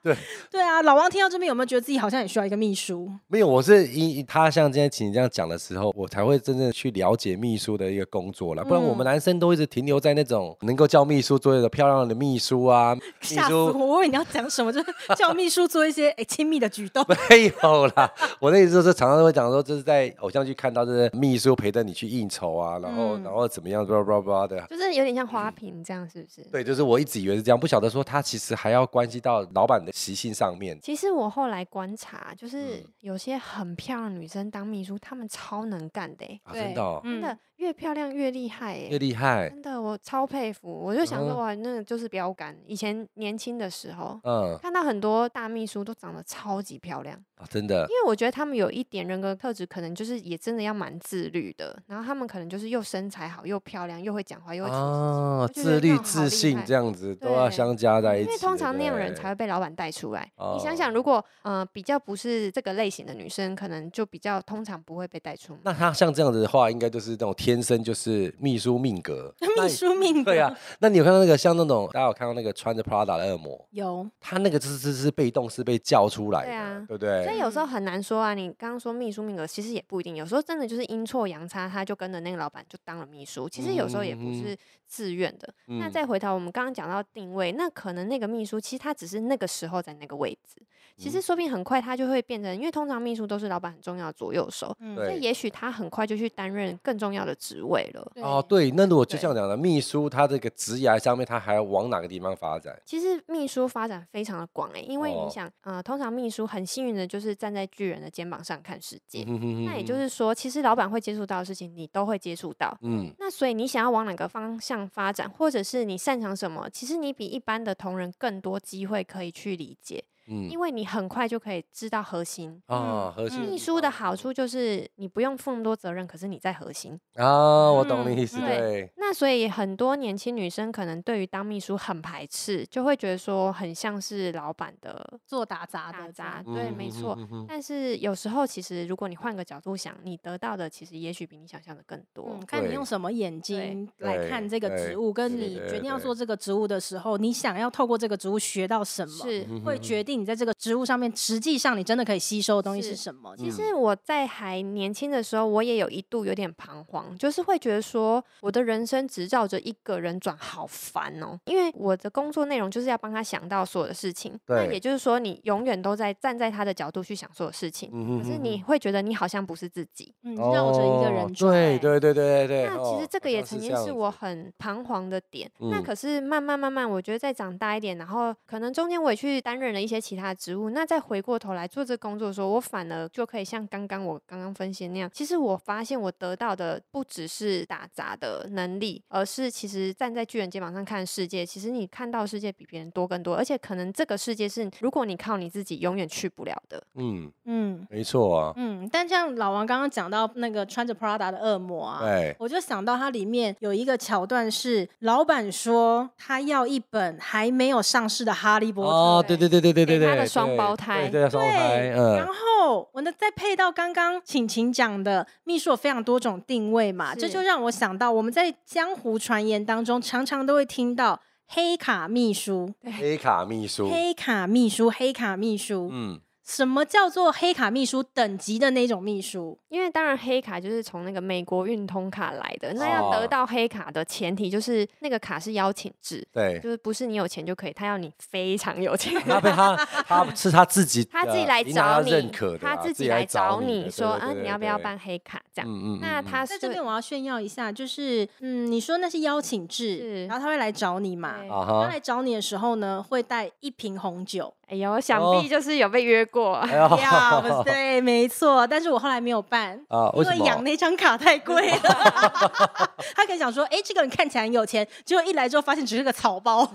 Speaker 2: 对
Speaker 1: 对啊，老王听到这边有没有觉得自己好像也需要一个秘书？
Speaker 2: 没有，我是因他像今天请你这样讲的时候，我才会真正去了解秘书的一个工作了。不然我
Speaker 1: 嗯
Speaker 2: 们男生都一直停留在那种能够叫秘书做一个漂亮的秘 书啊，秘
Speaker 1: 吓死我！
Speaker 2: 书
Speaker 1: 我以为你要讲什么，就是叫秘书做一些哎亲密的举 动。
Speaker 2: 没有啦。我的意思就是常常会讲说，就是在偶像剧看到就是秘书陪着你去应酬啊，然后、
Speaker 1: 嗯
Speaker 2: 然后怎么样，叭叭叭的。
Speaker 3: 就是有点
Speaker 2: 嗯
Speaker 3: 像花瓶这样，是不是？
Speaker 2: 对，就是我一直以为是这样，不晓得说他其实还要关系到老板的习性上面。
Speaker 3: 其实我后来观察，就是
Speaker 2: 嗯
Speaker 3: 有些很漂亮的女生当秘书，她们超能干的、欸，
Speaker 2: 啊、真的、哦，
Speaker 3: 真
Speaker 1: 嗯
Speaker 3: 的、越漂亮越厉害、欸，
Speaker 2: 越厉害，
Speaker 3: 真的我超佩服。我就想
Speaker 2: 嗯
Speaker 3: 说，哇，那个就是标杆。以前年轻的时候，
Speaker 2: 嗯，
Speaker 3: 看到很多大秘书都长得超级漂亮，
Speaker 2: 啊，真的
Speaker 3: 因为我觉得他们有一点人格特质，可能就是也真的要蛮自律的。然后他们可能就是又身材好，又漂亮，又会讲话，又会处事
Speaker 2: 啊，
Speaker 3: 我就觉得
Speaker 2: 自
Speaker 3: 那
Speaker 2: 律
Speaker 3: 种好
Speaker 2: 自
Speaker 3: 厉
Speaker 2: 信
Speaker 3: 害
Speaker 2: 这样子都要
Speaker 3: 对
Speaker 2: 相加在一起，
Speaker 3: 因为通常那样的人
Speaker 2: 对不对
Speaker 3: 才会被老板带出来。你
Speaker 2: 欸哦
Speaker 3: 想想，如果呃比较不是这个类型的女生，可能就比较通常不会被带出门。
Speaker 2: 那他像这样子的话，应该就是那种天生就是秘书命 格。那
Speaker 1: 秘
Speaker 2: 你
Speaker 1: 书命格
Speaker 2: 对啊，那你有看到那个像那种大家有看到那个穿着 Prada 的恶魔，
Speaker 1: 有
Speaker 2: 他那个就是是是被动是被叫出来的，
Speaker 3: 对啊
Speaker 2: 对不
Speaker 3: 所以
Speaker 2: 对？
Speaker 3: 有时候很难说啊。你刚刚说秘书命格，其实也不一定。有时候真的就是阴错阳差，他就跟着那个老板就当了秘书。其实有时候也不
Speaker 2: 嗯
Speaker 3: 是自愿的。那
Speaker 2: 嗯
Speaker 3: 再回头，我们刚刚讲到定位，那可能那个秘书其实他只是那个时候在那个位置，其
Speaker 2: 嗯
Speaker 3: 实说不定很快他就会变成，因为通常秘书都是老板很重要的左右手，
Speaker 1: 嗯
Speaker 3: 所
Speaker 2: 对
Speaker 3: 以也许他很快就去担任更重要的职位了。
Speaker 2: 哦，对，那如果就
Speaker 3: 对
Speaker 2: 像讲的，秘书他这个职涯上面，他还要往哪个地方发展？
Speaker 3: 其实秘书发展非常的广诶、因为
Speaker 2: 哦
Speaker 3: 你想，呃，通常秘书很幸运的就是站在巨人的肩膀上看世界。
Speaker 2: 嗯哼哼
Speaker 3: 那也
Speaker 2: 哼
Speaker 3: 就
Speaker 2: 哼
Speaker 3: 是说，其实老板会接触到的事情，你都会接触到。
Speaker 2: 嗯，
Speaker 3: 那所以你想要往哪个方向发展，或者是你擅长什么，其实你比一般的同仁更多机会可以去理解，
Speaker 2: 嗯
Speaker 3: 因为你很快就可以知道核心。
Speaker 2: 啊，核心
Speaker 1: 嗯
Speaker 3: 秘
Speaker 2: 地
Speaker 3: 书的
Speaker 2: 方
Speaker 3: 好处就是你不用负那么多责任，可是你在核心。
Speaker 2: 啊，我懂
Speaker 1: 嗯
Speaker 2: 你意思，
Speaker 3: 嗯
Speaker 2: 对，
Speaker 3: 那所以很多年轻女生可能对于当秘书很排斥，就会觉得说很像是老板的
Speaker 1: 做打杂
Speaker 3: 打
Speaker 1: 的这
Speaker 3: 杂，
Speaker 1: 样，
Speaker 3: 对，
Speaker 2: 嗯
Speaker 3: 没
Speaker 2: 哼哼
Speaker 3: 错。
Speaker 2: 哼哼
Speaker 3: 但是有时候其实如果你换个角度想，你得到的其实也许比你想象的更多。
Speaker 1: 嗯，看你
Speaker 2: 对
Speaker 1: 用什么眼睛来看这个
Speaker 2: 对
Speaker 1: 职务，跟
Speaker 3: 是
Speaker 1: 你
Speaker 2: 对
Speaker 1: 决定要
Speaker 2: 对
Speaker 1: 做这个职务的时候，你想要透过这个职务学到什么，
Speaker 3: 是，
Speaker 2: 嗯哼
Speaker 1: 会
Speaker 2: 哼
Speaker 1: 决定你在这个职务上面实际上你真的可以吸收的东西是
Speaker 3: 是
Speaker 1: 什么。
Speaker 3: 其
Speaker 2: 嗯
Speaker 3: 实我在还年轻的时候，我也有一度有点彷徨，就是会觉得说，我的人生只绕着一个人转，好烦哦。因为我的工作内容就是要帮他想到所有的事情，那
Speaker 2: 对
Speaker 3: 也就是说，你永远都在站在他的角度去想所有事情，
Speaker 2: 嗯哼
Speaker 3: 可
Speaker 2: 哼
Speaker 3: 是
Speaker 2: 哼
Speaker 3: 你会觉得你好像不是自己。
Speaker 1: 嗯，绕着一个人
Speaker 2: 哦
Speaker 1: 转，
Speaker 2: 对对对对对对。
Speaker 3: 那其
Speaker 2: 哦
Speaker 3: 实这个
Speaker 2: 好
Speaker 3: 也
Speaker 2: 像
Speaker 3: 曾经
Speaker 2: 这样
Speaker 3: 是我
Speaker 2: 子
Speaker 3: 很彷徨的点。那
Speaker 2: 嗯
Speaker 3: 可是慢慢慢慢，我觉得再长大一点，然后可能中间我也去担任了一些其他职务。那再回过头来做这工作的时候，我反而就可以像刚刚我刚刚分析的那样，其实我发现我得到的不只是打杂的能力，而是其实站在巨人肩膀上看世界，其实你看到的世界比别人多更多，而且可能这个世界是如果你靠你自己，永远去不了的。
Speaker 2: 嗯，
Speaker 1: 嗯
Speaker 2: 没错 啊，
Speaker 1: 嗯。但像老王刚刚讲到那个穿着 Prada 的恶魔啊，
Speaker 2: 对，
Speaker 1: 我就想到它里面有一个桥段是，老板说他要一本还没有上市的《哈利波特》
Speaker 2: 哦，对
Speaker 3: 对
Speaker 2: 对对对对对
Speaker 3: 给
Speaker 2: 对，
Speaker 3: 他的双
Speaker 2: 对
Speaker 3: 胞
Speaker 2: 对
Speaker 3: 胎
Speaker 2: 对双胞
Speaker 3: 呃
Speaker 2: 胎，
Speaker 1: 然
Speaker 2: 嗯，
Speaker 1: 后我呢，再配到刚刚晴晴讲的秘书有非常多种定位嘛，
Speaker 3: 是
Speaker 1: 这就让我想到我们在江湖传言当中常常都会听到黑卡秘书、
Speaker 2: 黑卡秘书，
Speaker 1: 黑卡秘书、黑卡秘书。
Speaker 2: 嗯，
Speaker 1: 什么叫做黑卡秘书等级的那种秘书？
Speaker 3: 因为当然黑卡就是从那个美国运通卡来的，那要
Speaker 2: 哦
Speaker 3: 得到黑卡的前提就是那个卡是邀请制，
Speaker 2: 对，
Speaker 3: 就是不是你有钱就可以，他要你非常 有钱。
Speaker 2: 他被 他他是他自己的，
Speaker 3: 他自己来
Speaker 2: 领导他
Speaker 3: 找你，
Speaker 2: 认可的啊，
Speaker 3: 他自己
Speaker 2: 来
Speaker 3: 来找
Speaker 2: 你的
Speaker 3: 你说啊，你要不
Speaker 2: 对对对
Speaker 3: 要？
Speaker 2: 对
Speaker 3: 办黑卡这样？
Speaker 2: 嗯嗯，
Speaker 3: 那
Speaker 2: 嗯
Speaker 3: 他
Speaker 1: 在
Speaker 3: 是
Speaker 1: 这边我要炫耀一下，就是嗯，你说那是邀请制，
Speaker 3: 是
Speaker 1: 然后他会来找你嘛？
Speaker 3: 对
Speaker 2: 啊
Speaker 1: 他
Speaker 2: 哈，
Speaker 1: 来找你的时候呢，会带一瓶红 酒。
Speaker 3: 哎呦，想
Speaker 2: 哦
Speaker 3: 必就是有被约过。
Speaker 2: 哎呦
Speaker 1: 要不是对，没错。但是我后来没有办，
Speaker 2: 啊，为
Speaker 1: 因
Speaker 2: 什
Speaker 1: 为养
Speaker 2: 么？
Speaker 1: 那张卡太贵了。 他可能想说，哎、这个人看起来很有钱，结果一来之后发现只是个草 包，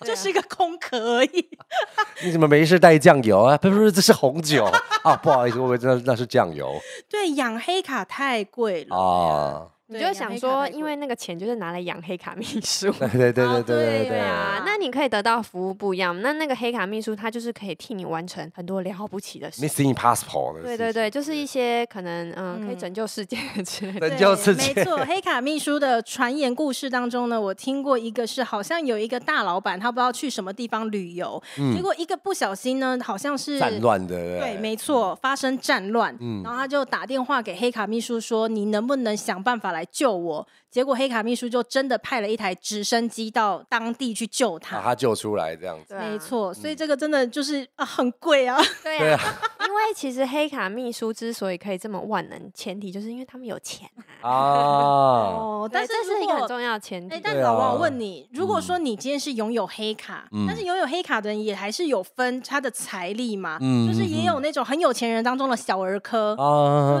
Speaker 3: 对
Speaker 1: 就
Speaker 3: 啊
Speaker 1: 是一个空壳而已。
Speaker 2: 啊你怎么没事带酱油啊？不 是不是，这是红酒啊， 不好意思，我以为那那是酱油
Speaker 1: 对，养黑卡太贵了。
Speaker 2: 啊。
Speaker 3: 你
Speaker 1: 对
Speaker 3: 就
Speaker 1: 养
Speaker 3: 想
Speaker 1: 黑卡
Speaker 3: 说，
Speaker 1: 太贵
Speaker 3: 因为那个钱就是拿来养黑 卡秘书。
Speaker 2: 对对对对
Speaker 1: 哦对
Speaker 2: 对
Speaker 1: 对啊
Speaker 3: 啊，那你可以得到服务不一样。那那个黑卡秘书，他就是可以替你完成很多了不起的事。
Speaker 2: ，Missing Passport 的事情。
Speaker 3: 对对对，就是一些可能嗯，可以
Speaker 1: 嗯
Speaker 3: 拯救世界的之类的。
Speaker 2: 拯救
Speaker 1: 对
Speaker 2: 世
Speaker 1: 没
Speaker 2: 界。
Speaker 1: 错，黑卡秘书的传言故事当中呢，我听过一个是好像有一个大老板，他不知道去什么地方旅游，
Speaker 2: 嗯
Speaker 1: 结果一个不小心呢，好像是
Speaker 2: 战乱的，对
Speaker 1: 对，
Speaker 2: 不对
Speaker 1: 没错，发生战乱，
Speaker 2: 嗯
Speaker 1: 然后他就打电话给黑卡秘书说：“你能不能想办法来救我？”结果黑卡秘书就真的派了一台直升机到当地去救他。
Speaker 2: 把他救出来这样 子。
Speaker 3: 对啊
Speaker 1: 没错，所以这个真的就是、啊，很贵啊。
Speaker 3: 对
Speaker 2: 对
Speaker 3: 啊， 因为其实黑卡秘书之所以可以这么万能，前提就是因为他们有钱啊。
Speaker 2: 啊，
Speaker 1: 哦，但
Speaker 3: 但
Speaker 1: 是
Speaker 3: 是这是
Speaker 1: 如
Speaker 3: 一个
Speaker 1: 果
Speaker 3: 很重要的前
Speaker 1: 哎，
Speaker 3: 提。
Speaker 1: 但
Speaker 2: 对
Speaker 1: 老
Speaker 2: 啊
Speaker 1: 王，我问你，如果说你今天是拥有黑卡，但是拥有黑卡的人也还是有分他的财力嘛，
Speaker 2: 嗯
Speaker 1: 就是也有那种很有钱人当中的小儿科，
Speaker 2: 啊，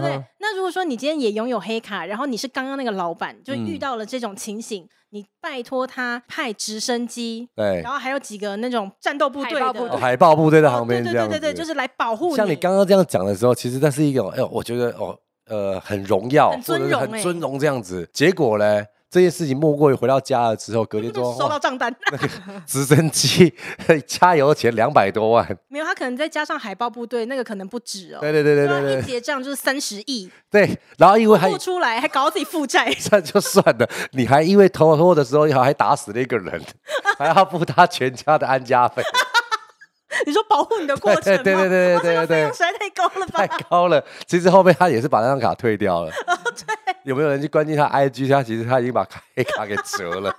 Speaker 1: 对不对？那如果说你今天也拥有黑卡，然后你是刚刚那个老板，就
Speaker 2: 嗯
Speaker 1: 遇到了这种情形，你拜托他派直升机，
Speaker 2: 对
Speaker 1: 然，后还有几个那种战斗部队的
Speaker 3: 海豹部
Speaker 2: 哦
Speaker 3: 队
Speaker 2: 海豹部队在
Speaker 1: 哦
Speaker 2: 旁
Speaker 1: 对
Speaker 2: 边
Speaker 1: 对
Speaker 2: 这样
Speaker 1: 对
Speaker 2: 子，
Speaker 1: 对对，就是来保护
Speaker 2: 像
Speaker 1: 你
Speaker 2: 你刚刚这样讲的时候，其实那是一种，哎呦，我觉得哦，呃，很荣耀，
Speaker 1: 很
Speaker 2: 或
Speaker 1: 尊
Speaker 2: 者是
Speaker 1: 荣
Speaker 2: 很
Speaker 1: 欸
Speaker 2: 尊荣这样子。结果呢，这件事情莫过于回到家了之后，隔天说，
Speaker 1: 收到
Speaker 2: 哇，
Speaker 1: 账单，
Speaker 2: 直升机 加油钱两百多万，
Speaker 1: 没有，他可能再加上海豹部队，那个可能不止哦。
Speaker 2: 对对对对对
Speaker 1: 啊一
Speaker 2: 对
Speaker 1: 结账就是三十亿，
Speaker 2: 对。然后因为还
Speaker 1: 付出来还搞到自己负债，
Speaker 2: 算就算了， 你还因为偷偷的时候还还打死了一个 人，还要付他全家的安家费，
Speaker 1: 你说保护你的过程
Speaker 2: 对
Speaker 1: 吗？
Speaker 2: 对对对
Speaker 1: 哇
Speaker 2: 对
Speaker 1: 这
Speaker 2: 对
Speaker 1: 个
Speaker 2: 对
Speaker 1: 费用实在太高了
Speaker 2: 太
Speaker 1: 吧？
Speaker 2: 高了。其实后面他也是把那张卡退掉 了。
Speaker 1: 哦
Speaker 2: 有没有人去关心他 IG？他其实他已经把黑卡给折了。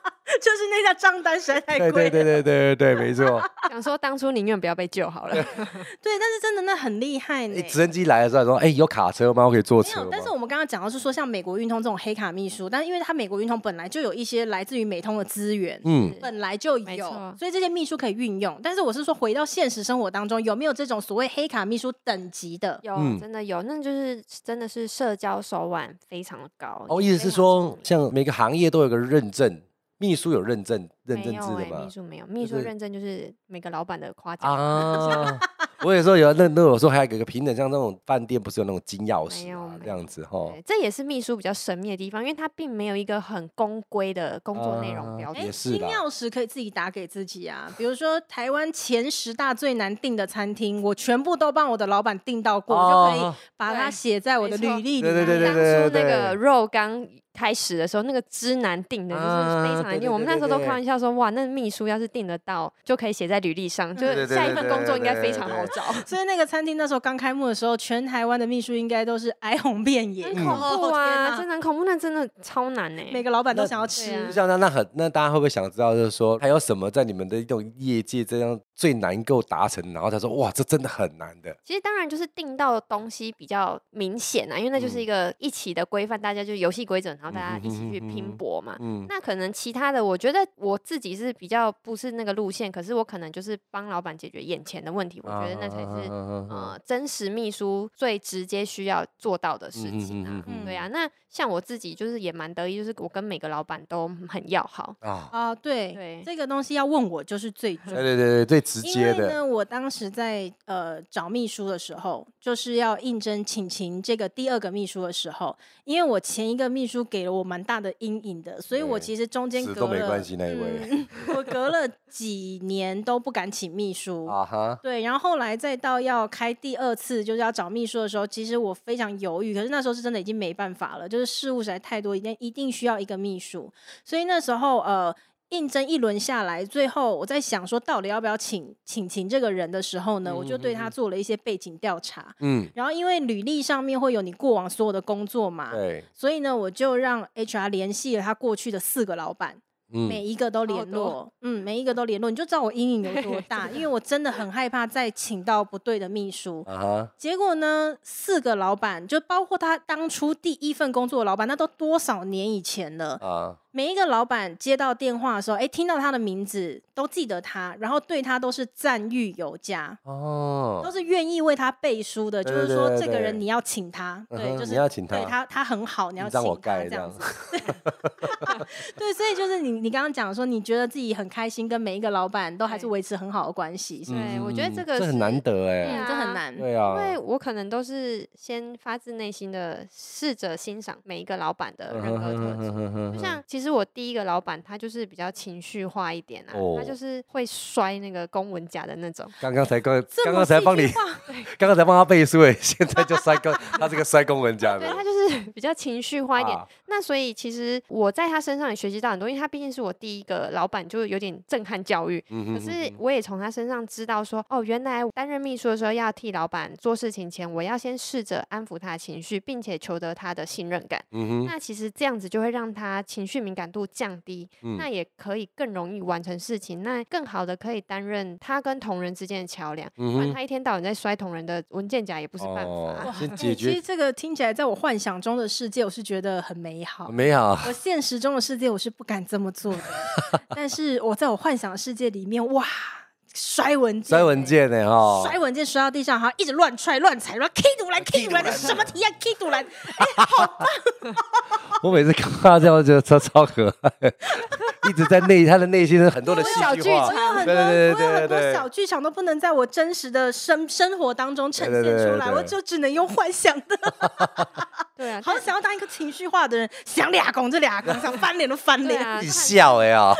Speaker 1: 就是那家账单实在 太贵了。
Speaker 2: 对对对对对对对，没错。
Speaker 3: 想说当初宁愿不要被救好了。
Speaker 1: 对但是真的那很厉害呢
Speaker 2: 诶。哎直升机来的时候还说，哎、有卡车吗？我可以坐
Speaker 1: 没
Speaker 2: 车
Speaker 1: 有，
Speaker 2: 吗？
Speaker 1: 但是我们刚刚讲到是说，像美国运通这种黑卡秘书，但是因为它美国运通本来就有一些来自于美通的资源，
Speaker 2: 嗯，
Speaker 1: 本来就
Speaker 3: 没
Speaker 1: 有
Speaker 3: 错，
Speaker 1: 所以这些秘书可以运用。但是我是说，回到现实生活当中，有没有这种所谓黑卡秘书等级的？
Speaker 3: 有，
Speaker 2: 嗯
Speaker 3: 真的有，那就是真的是社交手腕非常高。
Speaker 2: 哦，意思是
Speaker 3: 非常
Speaker 2: 说
Speaker 3: 聪，明
Speaker 2: 像每个行业都有个认证，秘书有认证认证
Speaker 3: 没有
Speaker 2: 制的
Speaker 1: 哎
Speaker 3: 欸
Speaker 2: 嘛
Speaker 3: 秘？书没有，秘
Speaker 2: 就
Speaker 3: 书
Speaker 2: 是
Speaker 3: 认证就是每个老板的夸奖。
Speaker 2: 啊， 我有时候有那那我说还有一个平等，像那种饭店不是有那种金钥匙
Speaker 3: 没有
Speaker 2: 啊
Speaker 3: 没
Speaker 2: 这样
Speaker 3: 有
Speaker 2: 子哈？
Speaker 3: 对，这也是秘书比较神秘的地方，因为他并没有一个很公规的工作内容
Speaker 2: 啊
Speaker 3: 标
Speaker 2: 也
Speaker 1: 诶
Speaker 3: 准。
Speaker 2: 是
Speaker 1: 金
Speaker 2: 啦
Speaker 1: 钥匙可以自己打给自己啊，比如说台湾前十大最难订的餐厅，我全部都帮我的老板订到过，我就可以
Speaker 2: 哦
Speaker 1: 把它
Speaker 3: 对
Speaker 1: 写在我的
Speaker 3: 没
Speaker 1: 履
Speaker 3: 错
Speaker 1: 历里面。
Speaker 2: 对对对
Speaker 3: 当初那
Speaker 2: 对
Speaker 3: 个肉刚开始的时候，那个之难定的就是非
Speaker 2: 啊
Speaker 3: 常难
Speaker 2: 对
Speaker 3: 定。我们
Speaker 2: 对
Speaker 3: 那时候
Speaker 2: 对
Speaker 3: 都
Speaker 2: 对
Speaker 3: 开玩笑说，哇，那秘书要是定得到，就可以写在履历上，就
Speaker 1: 对
Speaker 2: 对
Speaker 3: 是
Speaker 2: 对
Speaker 3: 下一
Speaker 2: 对
Speaker 3: 份
Speaker 2: 对
Speaker 3: 工作应该
Speaker 2: 对
Speaker 3: 非
Speaker 2: 对
Speaker 3: 常
Speaker 2: 对
Speaker 3: 好找。
Speaker 1: 所以那个餐厅那时候刚开幕的时候，全台湾的秘书应该都是哀鸿遍野，哦
Speaker 3: 很
Speaker 2: 嗯
Speaker 3: 恐怖啊，真
Speaker 1: 的，
Speaker 3: 的很恐怖，那真的超难欸呢、
Speaker 1: 每个老板都
Speaker 2: 那
Speaker 1: 想要
Speaker 3: 对
Speaker 1: 吃
Speaker 3: 啊
Speaker 2: 就。像那那很那大家会不会想知道，就是说还有什么在你们的这种业界这样最难够达成？然后他说哇，这真的很难的。
Speaker 3: 其实当然就是定到的东西比较明显啊，因为那
Speaker 2: 嗯
Speaker 3: 就是一个一起的规范，大家就游戏规则，然后大家一起去拼搏嘛。
Speaker 2: 嗯，
Speaker 3: 那可能其他的，我觉得我自己是比较不是那个路线，可是我可能就是帮老板解决眼前的问题，我觉得那才是
Speaker 2: 啊是
Speaker 3: 呃真实秘书最直接需要做到的事情
Speaker 2: 嗯
Speaker 3: 啊
Speaker 2: 哼哼
Speaker 1: 哼。
Speaker 3: 对啊，那像我自己就是也蛮得意，就是我跟每个老板都很要好，
Speaker 2: 啊，
Speaker 1: 啊，对，
Speaker 3: 对
Speaker 1: 这个东西要问我就是最准
Speaker 2: 对对对对，最直
Speaker 1: 因为
Speaker 2: 接的。
Speaker 1: 呢，我当时在呃找秘书的时候，就是要应征请晴这个第二个秘书的时候，因为我前一个秘书给了我蛮大的阴影的，所以我
Speaker 2: 对
Speaker 1: 其实中间
Speaker 2: 死
Speaker 1: 隔
Speaker 2: 都没
Speaker 1: 了
Speaker 2: 关系那一位
Speaker 1: 嗯 我隔了几年都不敢请秘书。
Speaker 2: 啊哈，
Speaker 1: 对，然后后来再到要开第二次，就是要找秘书的时候，其实我非常犹豫，可是那时候是真的已经没办法了，就是事务实在太多，一定一定需要一个秘书，所以那时候呃。应征一轮下来，最后我在想说，到底要不要请请请这个人的时候呢，我就对他做了一些背景调查。
Speaker 2: 嗯，
Speaker 1: 然后因为履历上面会有你过往所有的工作
Speaker 3: 啊
Speaker 1: 嘛，
Speaker 2: 对，
Speaker 1: 所以呢，我就让 HR 联系了他过去的四个老板，每
Speaker 2: 嗯，
Speaker 1: 一个都
Speaker 3: 超
Speaker 1: 联
Speaker 3: 多
Speaker 1: 络，嗯，每一个都联络，你就知道我阴影有多大，因为我真的很害怕再请到不对的秘书。
Speaker 2: 啊哈，
Speaker 1: 结果呢，四个老板，就包括他当初第一份工作的老板，那都多少年以前了。
Speaker 2: 啊，
Speaker 1: 每一个老板接到电话的时候，哎，听到他的名字都记得他，然后对他都是赞誉有加，都
Speaker 2: 哦，
Speaker 1: 是愿意为他背书的。
Speaker 2: 对
Speaker 1: 就是
Speaker 2: 对
Speaker 1: 说，
Speaker 2: 对
Speaker 1: 这个
Speaker 2: 对
Speaker 1: 人你要请他，
Speaker 2: 嗯
Speaker 1: 对，
Speaker 2: 哼
Speaker 1: 就
Speaker 2: 你
Speaker 1: 是
Speaker 2: 要请
Speaker 1: 对
Speaker 2: 他
Speaker 1: 他他很好，你要
Speaker 2: 印章
Speaker 1: 请
Speaker 2: 我
Speaker 1: 他
Speaker 2: 盖
Speaker 1: 这
Speaker 2: 这
Speaker 1: 样
Speaker 2: 样
Speaker 1: 子。 对，所以就是你，你刚刚讲说，你觉得自己很开心，跟每一个老板都还是
Speaker 3: 对
Speaker 1: 维持很好的关系，是吧
Speaker 3: 对我觉得这
Speaker 2: 嗯
Speaker 3: 个
Speaker 2: 这很
Speaker 3: 是
Speaker 2: 难得
Speaker 3: 对
Speaker 2: 哎，
Speaker 1: 嗯，
Speaker 3: 啊
Speaker 1: 这很难。
Speaker 2: 对
Speaker 3: 因为
Speaker 2: 啊，
Speaker 3: 我可能都是先发自内心的试着欣赏每一个老板的人格特质。就像其实我第一个老板，他就是比较情绪化一点啊，
Speaker 2: 哦
Speaker 3: 他就是会摔那个公文夹的那 种。
Speaker 2: 刚刚才刚
Speaker 1: 这
Speaker 2: 刚
Speaker 1: 么
Speaker 2: 刚才
Speaker 1: 戏
Speaker 2: 帮
Speaker 1: 剧
Speaker 2: 你，
Speaker 1: 化
Speaker 2: 刚刚才帮他背书哎，现在就塞公，他这个塞公文讲
Speaker 3: 对
Speaker 2: 的，
Speaker 3: 他就是比较情绪化一点，
Speaker 2: 呃啊
Speaker 3: 那所以其实我在他身上也学习到很多，因为他毕竟是我第一个老板，就有点震撼教育。
Speaker 2: 嗯
Speaker 3: 可
Speaker 2: 哼
Speaker 3: 是
Speaker 2: 哼哼
Speaker 3: 我也从他身上知道说，哦，原来担任秘书的时候要替老板做事情前，我要先试着安抚他的情绪，并且求得他的信任感。
Speaker 2: 嗯哼，
Speaker 3: 那其实这样子就会让他情绪敏感度降低，
Speaker 2: 嗯
Speaker 3: 那也可以更容易完成事情，那更好的可以担任他跟同仁之间的桥梁。
Speaker 2: 嗯
Speaker 3: 不然
Speaker 2: 哼，
Speaker 3: 他一天到晚在摔同仁的文件夹也不是办法。
Speaker 2: 哦， 先
Speaker 1: 哎
Speaker 2: 解
Speaker 1: 其实
Speaker 2: 决
Speaker 1: 这个听起来，在我幻想中的世界，我是觉得很美好。
Speaker 2: 没有
Speaker 1: 我现实 中的世界，我是不敢这么做的。但是我在我幻想的世界里面，哇，摔文件，
Speaker 2: 摔文哦件呢哈，
Speaker 1: 摔文件摔到地上，然后一直乱踹乱踩，然后 K 独篮 K 独篮，这是什么题啊 K 独 篮，
Speaker 2: 我每次看他这样，我觉得超超可爱，一直在内他的内心有很多的戏
Speaker 3: 小
Speaker 2: 剧
Speaker 3: 剧
Speaker 2: 化
Speaker 1: 我，有很
Speaker 2: 对
Speaker 1: 多，
Speaker 2: 对对
Speaker 1: 我有
Speaker 2: 对对
Speaker 1: 很多
Speaker 2: 对
Speaker 1: 小剧场都不能在我真实的生生活当中呈现
Speaker 2: 对对对
Speaker 1: 出
Speaker 2: 对
Speaker 1: 来，
Speaker 2: 对
Speaker 1: 我就只能用幻想的。
Speaker 3: 对啊，
Speaker 1: 好想要当一个情绪化的人，想俩拱这俩拱，想翻脸都翻
Speaker 3: 对
Speaker 1: 脸，
Speaker 3: 啊，
Speaker 2: 你
Speaker 3: 看
Speaker 2: 笑哎呀，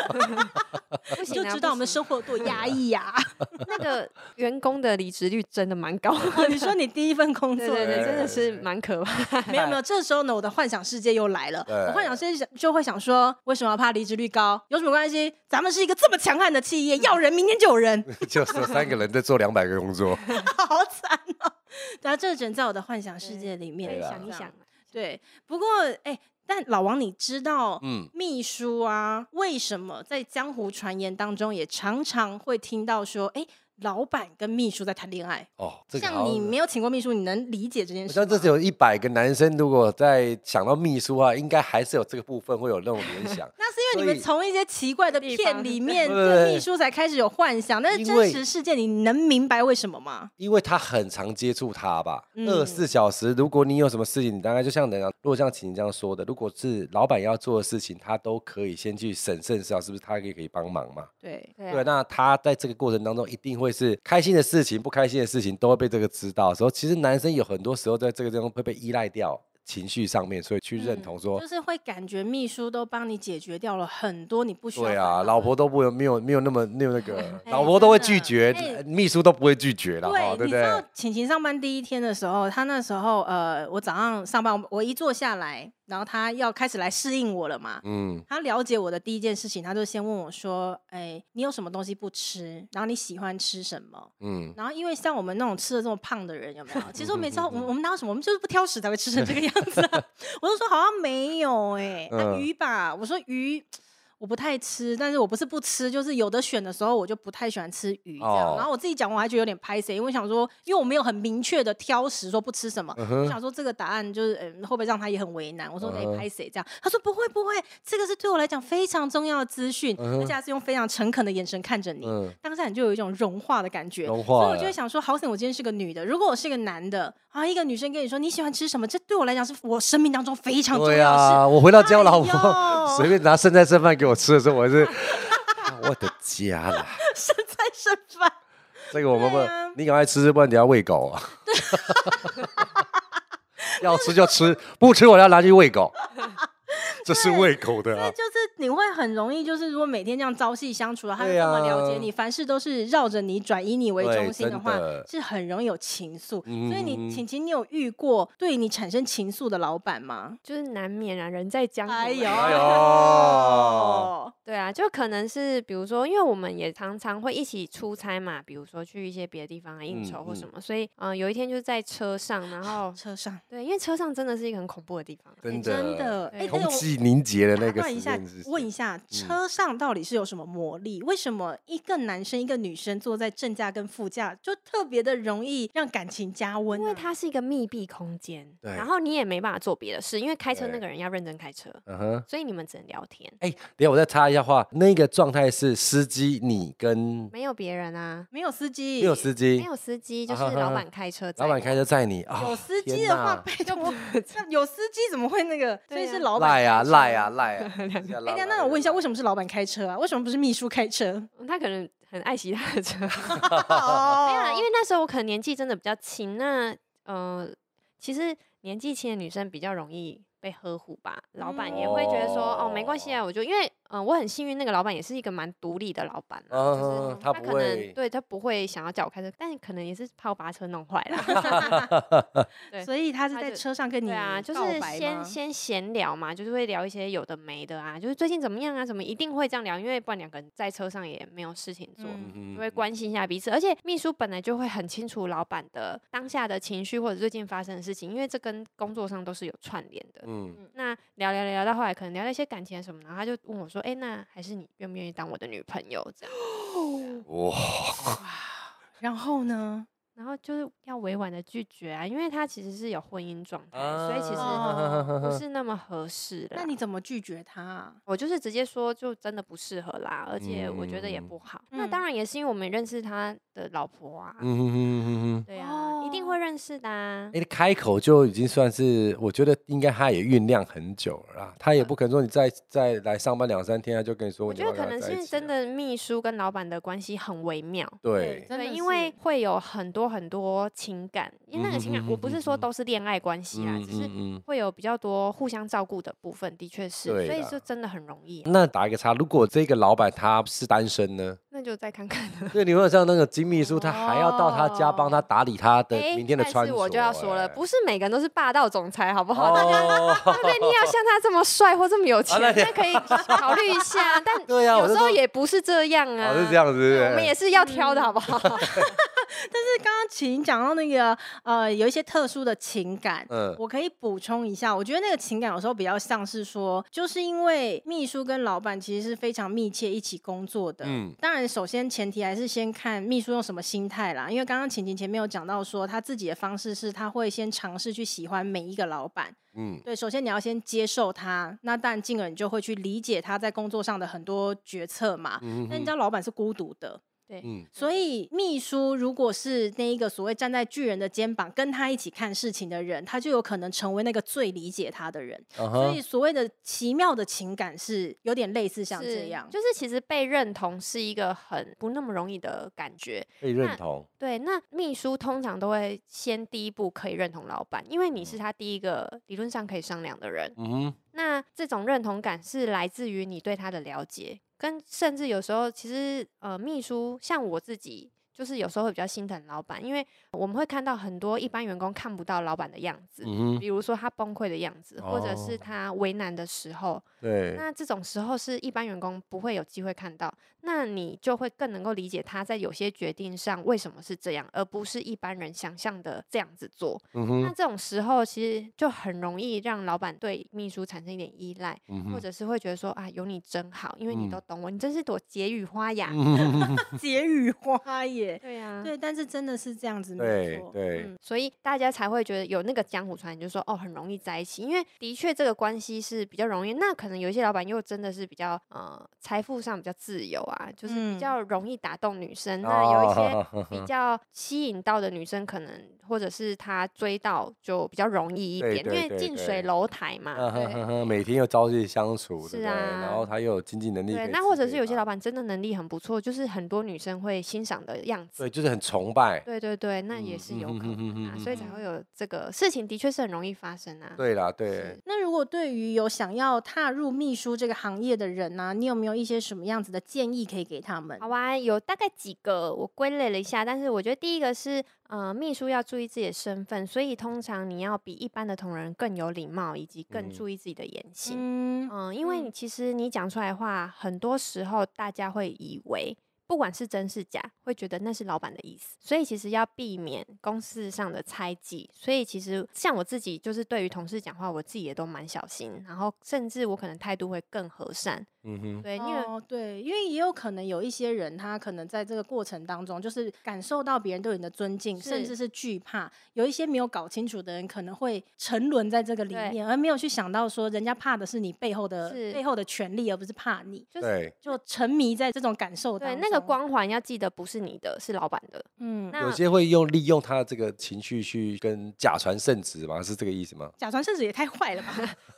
Speaker 3: 不行
Speaker 1: 就
Speaker 3: 啊
Speaker 1: 知道我们生活有多压抑 呀。
Speaker 3: 不行那个员工的离职率真的蛮高
Speaker 1: 哦你说你第一份工
Speaker 3: 对
Speaker 1: 作
Speaker 3: 对对，真
Speaker 2: 对
Speaker 3: 的是蛮可怕。
Speaker 1: 没有没有，这时候呢，我的幻想世界又来了。
Speaker 2: 对
Speaker 1: 我幻想世界想就会想说，为什么要怕离职率高？有什么关系？咱们是一个这么强悍的企业，要人明天就有 人，
Speaker 2: 就是三个人在做两百个工作，
Speaker 1: 好惨哦。对啊，这整在我的幻想世界里面
Speaker 2: 对啊
Speaker 3: 想一想，，
Speaker 1: 对，不过哎，但老王，你知道
Speaker 2: 嗯，
Speaker 1: 秘书啊，为什么在江湖传言当中也常常会听到说，哎，老板跟秘书在谈恋爱？
Speaker 2: 哦，这个
Speaker 1: 像
Speaker 2: 好
Speaker 1: 你
Speaker 2: 像。
Speaker 1: 没有请过秘书，你能理解这件
Speaker 2: 我
Speaker 1: 事吗？
Speaker 2: 像这是有一百个男生，如果在想到秘书啊，应该还是有这个部分会有那种联想
Speaker 1: 。那是因为你
Speaker 2: 所以
Speaker 1: 们从一些奇怪的
Speaker 3: 地
Speaker 1: 片
Speaker 3: 方
Speaker 1: 里面
Speaker 2: 对
Speaker 1: 对秘书才开始有幻想，但是
Speaker 2: 因
Speaker 1: 真
Speaker 2: 为
Speaker 1: 实事件你能明白为什么吗？
Speaker 2: 因为他很常接触他吧，
Speaker 1: 嗯
Speaker 2: 二十四小时。如果你有什么事情，你大概就像人家，如果像秦这样说的，如果是老板要做的事情，他都可以先去审慎思考，是不是他也可以帮忙嘛？
Speaker 1: 对，
Speaker 3: 对
Speaker 2: 对，
Speaker 3: 啊
Speaker 2: 那他在这个过程当中，一定会是开心的事情、不开心的事情都会被这个知道的时候。其实男生有很多时候在这个地方会被依赖掉情绪上面，所以去
Speaker 1: 嗯
Speaker 2: 认同说，
Speaker 1: 就是会感觉秘书都帮你解决掉了很多你不需要
Speaker 2: 对
Speaker 1: 烦恼
Speaker 2: 啊，
Speaker 1: 的，
Speaker 2: 老婆都不有没有没有那么没有那个 老婆都会
Speaker 1: 哎真的
Speaker 2: 拒绝呃
Speaker 1: 哎，
Speaker 2: 秘书都不会拒绝了，哈
Speaker 1: 对，
Speaker 2: 对
Speaker 1: 你
Speaker 2: 不
Speaker 1: 知
Speaker 2: 对？
Speaker 1: 道晴晴上班第一天的时候，她那时候呃，我早上上班，我一坐下来，然后她要开始来适应我了嘛。
Speaker 2: 嗯，
Speaker 1: 她了解我的第一件事情，她就先问我说：“哎、你有什么东西不吃？然后你喜欢吃什么？”
Speaker 2: 嗯，
Speaker 1: 然后因为像我们那种吃的这么胖的人，有没有？其实我没知道，我们
Speaker 2: 嗯
Speaker 1: 我们哪有什么，我们就是不挑食才会吃成这个样子、 啊。我就说好像没有哎、那、
Speaker 2: 嗯
Speaker 1: 鱼吧，我说鱼。我不太吃，但是我不是不吃，就是有的选的时候我就不太喜欢吃鱼这样。
Speaker 2: 哦
Speaker 1: 然后我自己讲，我还觉得有点拍谁，因为我想说，因为我没有很明确的挑食说不吃什么，我想说这个答案就是，嗯，会不会让他也很为难？我说
Speaker 2: 嗯
Speaker 1: 哎
Speaker 2: 哼，
Speaker 1: 拍谁这样？他说不会不会，这个是对我来讲非常重要的资讯，而且还是用非常诚恳的眼神看着你。
Speaker 2: 嗯
Speaker 1: 当下你就有一种融化的感觉，
Speaker 2: 融
Speaker 1: 所以
Speaker 2: 化
Speaker 1: 我就会
Speaker 2: 了
Speaker 1: 想说，好险我今天是个女的。如果我是个男的啊，一个女生跟你说你喜欢吃什么，这对我来讲是我生命当中非常重
Speaker 2: 对
Speaker 1: 要的事。
Speaker 2: 啊，我回到家，我老
Speaker 1: 哎呦
Speaker 2: 婆 随便拿剩菜剩饭给我吃的时 候，我是啊我的家啦。
Speaker 1: 身在身饭，
Speaker 2: 这个我们不
Speaker 1: 对啊，
Speaker 2: 你赶快吃，不然你要喂狗 啊。要吃就吃，不吃我要拿去喂狗。这是喂狗的啊，
Speaker 1: 就是你会很容易，就是如果每天这样朝夕相处，他们
Speaker 2: 对
Speaker 1: 这么
Speaker 2: 啊
Speaker 1: 了解你，凡事都是绕着你转，以你为
Speaker 2: 对
Speaker 1: 中心的
Speaker 2: 真
Speaker 1: 话，
Speaker 2: 的
Speaker 1: 是很容易有情愫。所以
Speaker 2: 嗯
Speaker 1: 你，晴晴，你有遇过对你产生情愫的老板吗？
Speaker 3: 就是难免啊，人在江湖嘛。
Speaker 1: 哎呦，
Speaker 2: 哎呦
Speaker 3: 对啊，就可能是比如说，因为我们也常常会一起出差嘛，比如说去一些别的地方啊应
Speaker 2: 嗯
Speaker 3: 酬或
Speaker 2: 嗯
Speaker 3: 什么，所以嗯、呃有一天就是在车上，然后
Speaker 1: 车上
Speaker 3: 对，因为车上真的是一个很恐怖的地方啊，
Speaker 1: 哎
Speaker 2: 真
Speaker 1: 真的，
Speaker 2: 的，
Speaker 1: 哎，这
Speaker 3: 对
Speaker 1: 个
Speaker 2: 空
Speaker 1: 我
Speaker 2: 气凝结的那
Speaker 1: 打
Speaker 2: 个
Speaker 1: 断一
Speaker 2: 实
Speaker 1: 下
Speaker 2: 验是，嗯
Speaker 1: 问一下，车上到底是有什么魔力？为什么一个男生一个女生坐在正驾跟副驾，就特别的容易让感情加温、啊？
Speaker 3: 因为它是一个密闭空间，
Speaker 2: 对
Speaker 3: 然后你也没办法做别的事，因为开车那
Speaker 2: 对
Speaker 3: 个人要认真开车，
Speaker 2: 嗯哼。
Speaker 3: 所以你们只能聊天，
Speaker 2: 哎，等一下我再插一下话，那个状态是司机你跟
Speaker 3: 没有别人啊，
Speaker 1: 没有司机，
Speaker 2: 没有司
Speaker 3: 没
Speaker 2: 机，
Speaker 3: 有 司机，就
Speaker 2: 啊
Speaker 3: 是
Speaker 2: 哈哈
Speaker 3: 老
Speaker 2: 哈
Speaker 3: 板开车载
Speaker 2: 老
Speaker 3: 我，
Speaker 2: 板开车载你啊，
Speaker 1: 有司机
Speaker 2: 天
Speaker 1: 的话，
Speaker 2: 哪
Speaker 1: 拜托，那有司机怎么会那个？所以
Speaker 3: 对
Speaker 1: 是
Speaker 3: 啊
Speaker 1: 老板
Speaker 2: 赖啊
Speaker 1: 开车
Speaker 2: 赖啊。赖啊！
Speaker 1: 哎、
Speaker 2: 哎
Speaker 1: 那那我问一下，为什么是老板开车啊？为什么不是秘书开 车？
Speaker 3: 嗯他可能很爱惜他的车，
Speaker 1: 哦
Speaker 3: 没有啦，啊因为那时候我可能年纪真的比较轻，那呃，其实年纪轻的女生比较容易被呵护吧，老板也会觉得说，哦，没关系啊，我就因为嗯、呃我很幸运，那个老板也是一个蛮独立的老板啊、
Speaker 2: 嗯
Speaker 3: 就是
Speaker 2: 他不
Speaker 3: 可
Speaker 2: 会
Speaker 3: 能对他不会想要叫我开车，但可能也是怕我把车弄坏了。对
Speaker 1: 所以他是
Speaker 3: 他
Speaker 1: 在
Speaker 3: 就
Speaker 1: 车上跟你
Speaker 3: 对啊，就
Speaker 1: 告
Speaker 3: 是
Speaker 1: 白
Speaker 3: 先
Speaker 1: 吗
Speaker 3: 先闲聊嘛，就是会聊一些有的没的啊，就是最近怎么样啊，怎么一定会这样聊，因为不然两个人在车上也没有事情做。
Speaker 1: 嗯
Speaker 2: 嗯
Speaker 3: 就会关心一下彼此。而且秘书本来就会很清楚老板的当下的情绪或者最近发生的事情，因为这跟工作上都是有串联的。
Speaker 2: 嗯，
Speaker 3: 那聊聊聊到后来，可能聊到一些感情什么，然后他就问我说：“哎、那还是你愿不愿意当我的女朋友？”这样，
Speaker 2: 哇，
Speaker 1: 然后呢？
Speaker 3: 然后就是要委婉的拒绝啊，因为他其实是有婚姻状态，
Speaker 2: 啊
Speaker 3: 嗯所以其实
Speaker 1: 哦
Speaker 3: 不是那么合适的。
Speaker 1: 那你怎么拒绝他啊？
Speaker 3: 我就是直接说，就真的不适合啦，而且我觉得也不好。那
Speaker 1: 嗯
Speaker 3: 当然也是因为我们认识他的老婆啊，
Speaker 2: 嗯哼哼哼哼。
Speaker 3: 对啊，一定
Speaker 1: 哦
Speaker 3: 会认识的、啊。
Speaker 2: 哎、开口就已经算是，我觉得应该他也酝酿很久了啦。他也不可能说你再再来上班两三天，他就跟你说
Speaker 3: 我
Speaker 2: 你
Speaker 3: 觉
Speaker 2: 要
Speaker 3: 得
Speaker 2: 不要
Speaker 3: 可
Speaker 2: 跟
Speaker 3: 能
Speaker 2: 他在一
Speaker 3: 是
Speaker 2: 起
Speaker 3: 真
Speaker 2: 啊
Speaker 3: 的秘书跟老板的关系很微妙。
Speaker 2: 对，
Speaker 1: 真的
Speaker 3: 对，
Speaker 1: 是
Speaker 3: 因为会有很多很多情感，因为那个情感我不是说都是恋爱关系啦，只是
Speaker 2: 嗯。
Speaker 3: 会有比较多互相照顾的部分，的确是，
Speaker 2: 对
Speaker 3: 所以
Speaker 2: 啦嗯
Speaker 3: 就真的很容易啊、
Speaker 2: 那打一个叉，如果这个老板他是单身呢？
Speaker 3: 那就再看看。
Speaker 2: 对，你有像那个金秘书，他还要到他家帮他打理他的
Speaker 3: 哦诶
Speaker 2: 明天的
Speaker 3: 但
Speaker 2: 穿
Speaker 3: 是
Speaker 2: 着。
Speaker 3: 我就要说了，
Speaker 2: 哎
Speaker 3: 不是每个人都是霸道总裁，好不好？
Speaker 2: 哦，
Speaker 3: 对不对？你也要像他这么帅或这么有钱，
Speaker 2: 啊那
Speaker 3: 那
Speaker 2: 你
Speaker 3: 可以考虑一下。但
Speaker 2: 对呀，我
Speaker 3: 有
Speaker 2: 就
Speaker 3: 时候
Speaker 2: 说
Speaker 3: 也不是这样啊，
Speaker 2: 哦是这样子，对不
Speaker 3: 我们
Speaker 2: 对嗯
Speaker 3: 也是要挑的好不好？
Speaker 1: 但是刚刚秦讲到那个呃，有一些特殊的情感，
Speaker 2: 嗯
Speaker 1: 我可以补充一下，我觉得那个情感有时候比较像是说，就是因为秘书跟老板其实是非常密切一起工作的。
Speaker 2: 嗯
Speaker 1: 当然，首先前提还是先看秘书用什么心态啦，因为刚刚晴晴前面有讲到说，他自己的方式是他会先尝试去喜欢每一个老板，
Speaker 2: 嗯
Speaker 1: 对，首先你要先接受他，那但进而你就会去理解他在工作上的很多决策嘛。
Speaker 2: 嗯
Speaker 1: 那你知道
Speaker 2: 哼
Speaker 1: 老板是孤独的，
Speaker 2: 嗯
Speaker 1: 所以秘书如果是那一个所谓站在巨人的肩膀跟他一起看事情的人，他就有可能成为那个最理解他的人。
Speaker 2: 嗯
Speaker 1: 所
Speaker 2: 哼
Speaker 1: 以所谓的奇妙的情感是有点类似像这样，
Speaker 3: 就是其实被认同是一个很不那么容易的感觉。
Speaker 2: 被认同，
Speaker 3: 对，那秘书通常都会先第一步可以认同老板，因为你是他第一个理论上可以商量的人。
Speaker 2: 嗯哼
Speaker 3: 那这种认同感是来自于你对他的了解，跟甚至有时候其实呃，秘书像我自己，就是有时候会比较心疼老板，因为我们会看到很多一般员工看不到老板的样子，
Speaker 2: 嗯哼，
Speaker 3: 比如说他崩溃的样子，或者
Speaker 2: 哦
Speaker 3: 是他为难的时候，
Speaker 2: 对，
Speaker 3: 那这种时候是一般员工不会有机会看到，那你就会更能够理解他在有些决定上为什么是这样，而不是一般人想象的这样子做。
Speaker 2: 嗯
Speaker 3: 那
Speaker 2: 哼
Speaker 3: 这种时候其实就很容易让老板对秘书产生一点依赖，
Speaker 2: 嗯
Speaker 3: 或
Speaker 2: 哼，
Speaker 3: 者是会觉得说啊，有你真好，因为你
Speaker 2: 嗯
Speaker 3: 都懂我，你真是朵解语花呀。
Speaker 1: 解语花耶。
Speaker 3: 对呀、
Speaker 1: 对，但是真的是这样子，没
Speaker 2: 对
Speaker 1: 错
Speaker 2: 对
Speaker 1: 嗯
Speaker 3: 所以大家才会觉得有那个江湖传言，就说哦很容易在一起，因为的确这个关系是比较容易。那可能有一些老板又真的是比较呃财富上比较自由啊，就是
Speaker 1: 嗯
Speaker 3: 比较容易打动女生。那有一些
Speaker 2: 哦，
Speaker 3: 比 较吸引到的女生，可能或者是她追到就比较容易一
Speaker 2: 对
Speaker 3: 点，
Speaker 2: 对
Speaker 3: 因为
Speaker 2: 对
Speaker 3: 近
Speaker 2: 对
Speaker 3: 水楼台嘛。
Speaker 2: 啊哈哈哈 每天又朝夕相处，对
Speaker 3: 是
Speaker 2: 不对？然
Speaker 3: 啊
Speaker 2: 后他又有经济能力可以
Speaker 3: 对，
Speaker 2: 支配他，
Speaker 3: 那或者是有些老板真的能力很不错，就是很多女生会欣赏的样子。
Speaker 2: 对，就是很崇拜。
Speaker 3: 对对对，那也
Speaker 2: 嗯
Speaker 3: 是
Speaker 2: 嗯
Speaker 3: 有
Speaker 2: 哼
Speaker 3: 可
Speaker 2: 哼哼
Speaker 3: 能
Speaker 2: 哼
Speaker 3: 啊，所以
Speaker 1: 哼
Speaker 3: 才
Speaker 1: 哼
Speaker 3: 会有这个事情，的确是很容易发生啊。
Speaker 2: 对啦，对，
Speaker 1: 那如果对于有想要踏入秘书这个行业的人呢、啊你有没有一些什么样子的建议可以给他们？
Speaker 3: 好啊，有大概几个我归类了一下，但是我觉得第一个是，呃，秘书要注意自己的身份，所以通常你要比一般的同仁更有礼貌，以及更
Speaker 2: 嗯
Speaker 3: 注意自己的言行。嗯
Speaker 1: 嗯，
Speaker 3: 因为
Speaker 1: 嗯
Speaker 3: 你其实你讲出来的话，很多时候大家会以为。不管是真是假，会觉得那是老板的意思，所以其实要避免公事上的猜忌。所以其实像我自己，就是对于同事讲话，我自己也都蛮小心，然后甚至我可能态度会更和善。
Speaker 2: 嗯哼，
Speaker 3: 对，因为
Speaker 1: 哦，对，因为也有可能有一些人，他可能在这个过程当中，就是感受到别人对你的尊敬，甚
Speaker 3: 是
Speaker 1: 至是惧怕。有一些没有搞清楚的人，可能会沉沦在这个里
Speaker 3: 对
Speaker 1: 面，而没有去想到说，人家怕的是你背后的
Speaker 3: 是
Speaker 1: 背后的权利，而不是怕你，
Speaker 3: 就是
Speaker 2: 对，
Speaker 1: 就沉迷在这种感受当
Speaker 3: 对，
Speaker 1: 中。
Speaker 3: 那个，光环要记得不是你的，是老板的。
Speaker 1: 嗯，
Speaker 3: 那
Speaker 2: 有些会用利用他的这个情绪去跟假传圣旨嘛，是这个意思吗？
Speaker 1: 假传圣旨也太坏了吧？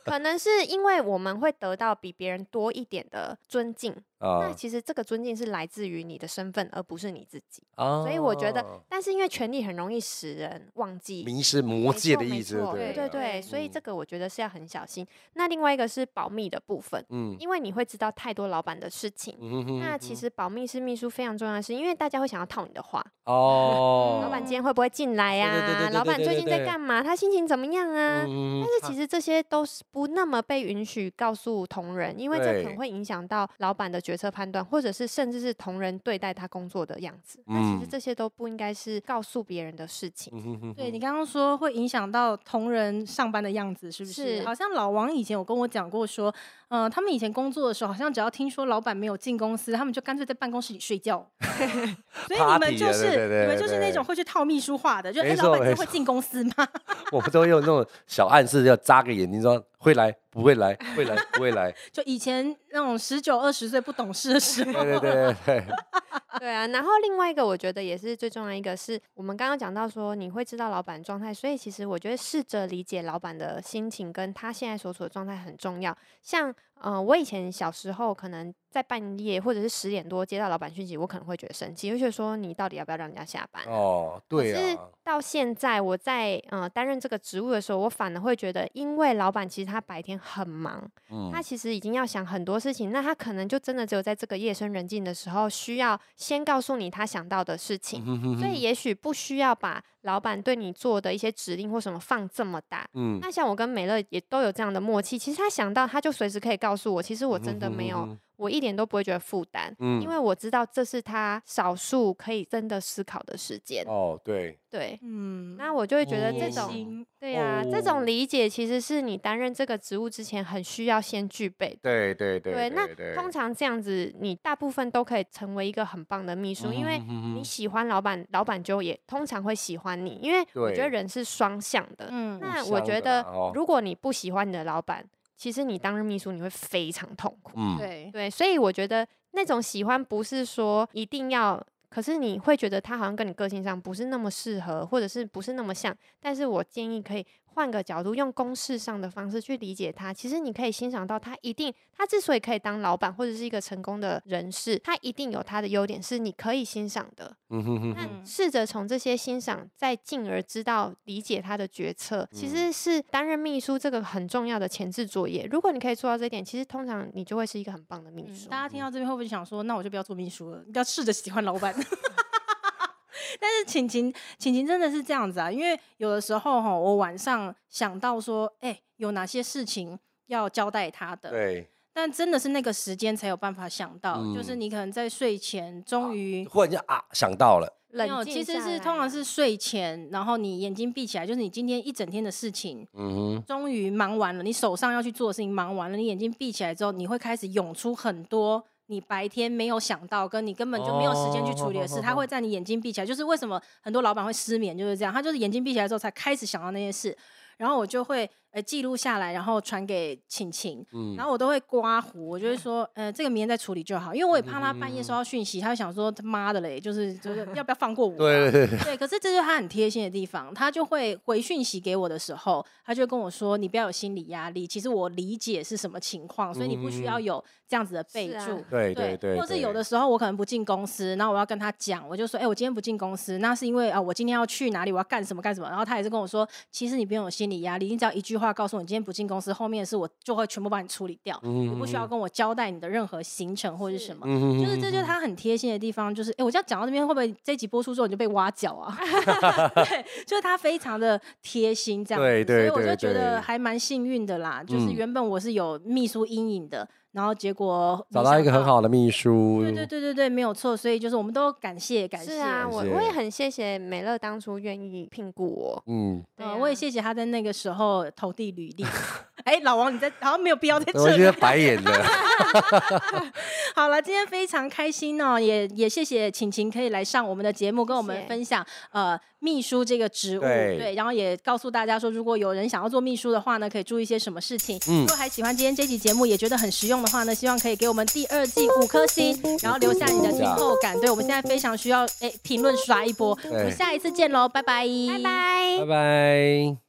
Speaker 3: 可能是因为我们会得到比别人多一点的尊敬，那
Speaker 2: 啊
Speaker 3: 其实这个尊敬是来自于你的身份，而不是你自己。
Speaker 2: 啊
Speaker 3: 所以我觉得，但是因为权力很容易使人忘记。
Speaker 2: 明是魔
Speaker 3: 没
Speaker 2: 界
Speaker 3: 错
Speaker 2: 的
Speaker 3: 没
Speaker 2: 意思，
Speaker 3: 错
Speaker 2: 对
Speaker 3: 对
Speaker 2: 不
Speaker 3: 对
Speaker 1: 了
Speaker 3: 对，所以
Speaker 2: 嗯
Speaker 3: 这个我觉得是要很小心。那另外一个是保密的部分，
Speaker 2: 嗯
Speaker 3: 因为你会知道太多老板的事情。
Speaker 2: 嗯哼哼
Speaker 3: 那
Speaker 2: 哼
Speaker 3: 其
Speaker 2: 哼
Speaker 3: 实保密是秘书非常重要的事，因为大家会想要套你的话，
Speaker 2: 哦，
Speaker 3: 老板
Speaker 1: 嗯
Speaker 3: 今天会不会进来
Speaker 2: 对
Speaker 3: 呀、
Speaker 2: 对对对对
Speaker 3: 老
Speaker 2: 对
Speaker 3: 板
Speaker 2: 对
Speaker 3: 最
Speaker 2: 对
Speaker 3: 近在
Speaker 2: 对
Speaker 3: 干嘛？他心情怎么样啊？
Speaker 2: 嗯，
Speaker 3: 但是其实这些都是不那么被允许告诉同仁，因为这可
Speaker 2: 对
Speaker 3: 能会影响到老板的决策判断，或者是甚至是同仁对待他工作的样子。那其
Speaker 2: 嗯
Speaker 3: 实这些都不应该是告诉别人的事情。
Speaker 2: 嗯哼哼
Speaker 1: 对
Speaker 2: 哼
Speaker 1: 你刚刚说会影响到同仁上班的样子，是不是？
Speaker 3: 是
Speaker 1: 好像老王以前有跟我讲过说，呃，他们以前工作的时候，好像只要听说老板没有进公司，他们就干脆在办公室里睡 觉。所以你
Speaker 2: Party
Speaker 1: 们就
Speaker 2: 了
Speaker 1: 是
Speaker 2: 对对对
Speaker 1: 你们就是那
Speaker 2: 对
Speaker 1: 种会去套秘书话的，就哎，
Speaker 2: 没
Speaker 1: 老
Speaker 2: 错
Speaker 1: 板真
Speaker 2: 没
Speaker 1: 会
Speaker 2: 错
Speaker 1: 进公司吗？
Speaker 2: 我们都会用那种小暗示，要眨个眼睛说会来不会来，会来不会来。
Speaker 1: 就以前那种十九二十岁不懂事的时 候，
Speaker 2: 对对对对
Speaker 3: 对啊，然后另外一个我觉得也是最重要一个是我们刚刚讲到说你会知道老板状态，所以其实我觉得试着理解老板的心情跟他现在所处的状态很重要。像呃，我以前小时候可能在半夜或者是十点多接到老板讯息，我可能会觉得生气，会觉得说你到底要不要让人家下班？
Speaker 2: 对，哦，对
Speaker 3: 可是
Speaker 2: 啊，
Speaker 3: 到现在，我在呃担任这个职务的时候，我反而会觉得，因为老板其实他白天很忙，
Speaker 2: 嗯
Speaker 3: 他其实已经要想很多事情，那他可能就真的只有在这个夜深人静的时候，需要先告诉你他想到的事情，
Speaker 2: 嗯哼
Speaker 3: 所以也许不需要把老板对你做的一些指令或什么放这么大。
Speaker 2: 嗯，
Speaker 3: 那像我跟美乐也都有这样的默契，其实他想到他就随时可以告诉我，其实我真的没有，我一点都不会觉得负担，
Speaker 2: 嗯，
Speaker 3: 因为我知道这是他少数可以真的思考的时间。
Speaker 2: 哦对，
Speaker 3: 对，
Speaker 1: 嗯，
Speaker 3: 那我就会觉得这
Speaker 2: 嗯
Speaker 3: 种
Speaker 1: 心
Speaker 3: 对呀、这
Speaker 2: 哦
Speaker 3: 种理解其实是你担任这个职务之前很需要先具备的。
Speaker 2: 对对对
Speaker 3: 那通常这样子，你大部分都可以成为一个很棒的秘书，因
Speaker 2: 嗯
Speaker 3: 为你喜欢老板，老板就也通常会喜欢你，因为我
Speaker 2: 对
Speaker 3: 觉得人是双向的。
Speaker 1: 嗯
Speaker 3: 那
Speaker 2: 互
Speaker 3: 我
Speaker 2: 相
Speaker 3: 觉
Speaker 2: 的
Speaker 3: 得
Speaker 2: 啦哦，
Speaker 3: 如果你不喜欢你的老板，其实你担任秘书你会非常痛苦。
Speaker 2: 嗯
Speaker 1: 对，
Speaker 3: 对，所以我觉得那种喜欢不是说一定要，可是你会觉得他好像跟你个性上不是那么适合，或者是不是那么像。但是我建议可以换个角度，用公式上的方式去理解他。其实你可以欣赏到他一定，他之所以可以当老板或者是一个成功的人士，他一定有他的优点是你可以欣赏的。
Speaker 2: 嗯哼哼哼
Speaker 1: 嗯
Speaker 3: 那试着从这些欣赏，再进而知道理解他的决策，其
Speaker 2: 嗯
Speaker 3: 实是担任秘书这个很重要的前置作业。如果你可以做到这一点，其实通常你就会是一个很棒的秘
Speaker 1: 嗯
Speaker 3: 书。
Speaker 1: 大家听到这边会不会想说，那我就不要做秘书了，你不要试着喜欢老板？ 但是晴晴，晴晴真的是这样子啊，因为有的时候哈，我晚上想到说，哎、有哪些事情要交代他的，
Speaker 2: 对，
Speaker 1: 但真的是那个时间才有办法想到，就是
Speaker 2: 嗯
Speaker 1: 你可能在睡前，终于、
Speaker 2: 忽然就啊想到了，
Speaker 1: 没
Speaker 3: 冷
Speaker 1: 有，
Speaker 3: 静
Speaker 1: 其实
Speaker 3: 下
Speaker 1: 是
Speaker 3: 来
Speaker 1: 通
Speaker 3: 啊
Speaker 1: 常是睡前，然后你眼睛闭起来，就是你今天一整天的事情，
Speaker 2: 嗯哼，
Speaker 1: 终于忙完了，你手上要去做的事情忙完了，你眼睛闭起来之后，你会开始涌出很多你白天没有想到，跟你根本就没有时间去处理的事。
Speaker 2: 哦
Speaker 1: 它会在你眼睛闭起来，就是为什么很多老板会失眠，就是这样，他就是眼睛闭起来之后才开始想到那些事。然后我就会呃记录下来，然后传给晴晴，
Speaker 2: 嗯
Speaker 1: 然后我都会刮胡，我就会说，呃，这个明天再处理就好，因为我也怕他半夜收
Speaker 2: 嗯
Speaker 1: 到讯息，他会想说他妈的嘞，就是 就是要不要放过我、啊？
Speaker 2: 对 对对，
Speaker 1: 对，可是这就是他很贴心的地方，他就会回讯息给我的时候，他就跟我说：“你不要有心理压力，其实我理解是什么情况，所以你不需要
Speaker 2: 嗯
Speaker 1: 有这样子的备
Speaker 3: 是啊
Speaker 1: 注。
Speaker 2: 对对对，
Speaker 1: 或是有的时候我可能不进公司，然后我要跟他讲，我就说，哎、我今天不进公司，那是因为啊、我今天要去哪里，我要干什么干什么。然后他也是跟我说，其实你不用有心理压力，你只要一句话告诉我你今天不进公司，后面的事我就会全部帮你处理掉，你不需要跟我交代你的任何行程或是什么。
Speaker 2: 嗯哼
Speaker 1: 就是这就是他很贴心的地方，就是哎、诶我这样讲到这边，会不会这一集播出之后你就被挖角 啊？ 对，就是他非常的贴心这样子，
Speaker 2: 对对
Speaker 1: 所以我
Speaker 2: 对
Speaker 1: 就觉
Speaker 2: 对
Speaker 1: 得还蛮幸运的啦。就是
Speaker 2: 嗯
Speaker 1: 原本我是有秘书阴影的，然后结果
Speaker 2: 找
Speaker 1: 没
Speaker 2: 到
Speaker 1: 想
Speaker 2: 一个很。好的秘书，
Speaker 1: 对对对对对，没有错，所以就是我们都感谢感谢，
Speaker 3: 是啊，我
Speaker 2: 感
Speaker 3: 我也
Speaker 2: 谢
Speaker 3: 很谢谢美乐当初愿意聘雇我。
Speaker 2: 嗯，
Speaker 3: 对
Speaker 1: 呃
Speaker 3: 啊
Speaker 1: 我也谢谢他在那个时候投递履历。 哎、老王你在好像没有必要在
Speaker 2: 我
Speaker 1: 这
Speaker 2: 觉
Speaker 1: 里
Speaker 2: 得。白眼的，
Speaker 1: 好了，今天非常开心哦，也也谢谢晴晴可以来上我们的节目，跟我们
Speaker 3: 谢
Speaker 1: 分享呃秘书这个职务，
Speaker 2: 对
Speaker 1: 然后也告诉大家说，如果有人想要做秘书的话呢，可以注意些什么事情。
Speaker 2: 嗯
Speaker 1: 如果还喜欢今天这期节目，也觉得很实用的话呢，希望可以给我们第二季五颗星，然后留下你的听后感。对我们现在非常需要哎评论刷一波，我们下一次见喽，拜拜，
Speaker 3: 拜拜。
Speaker 2: 拜拜。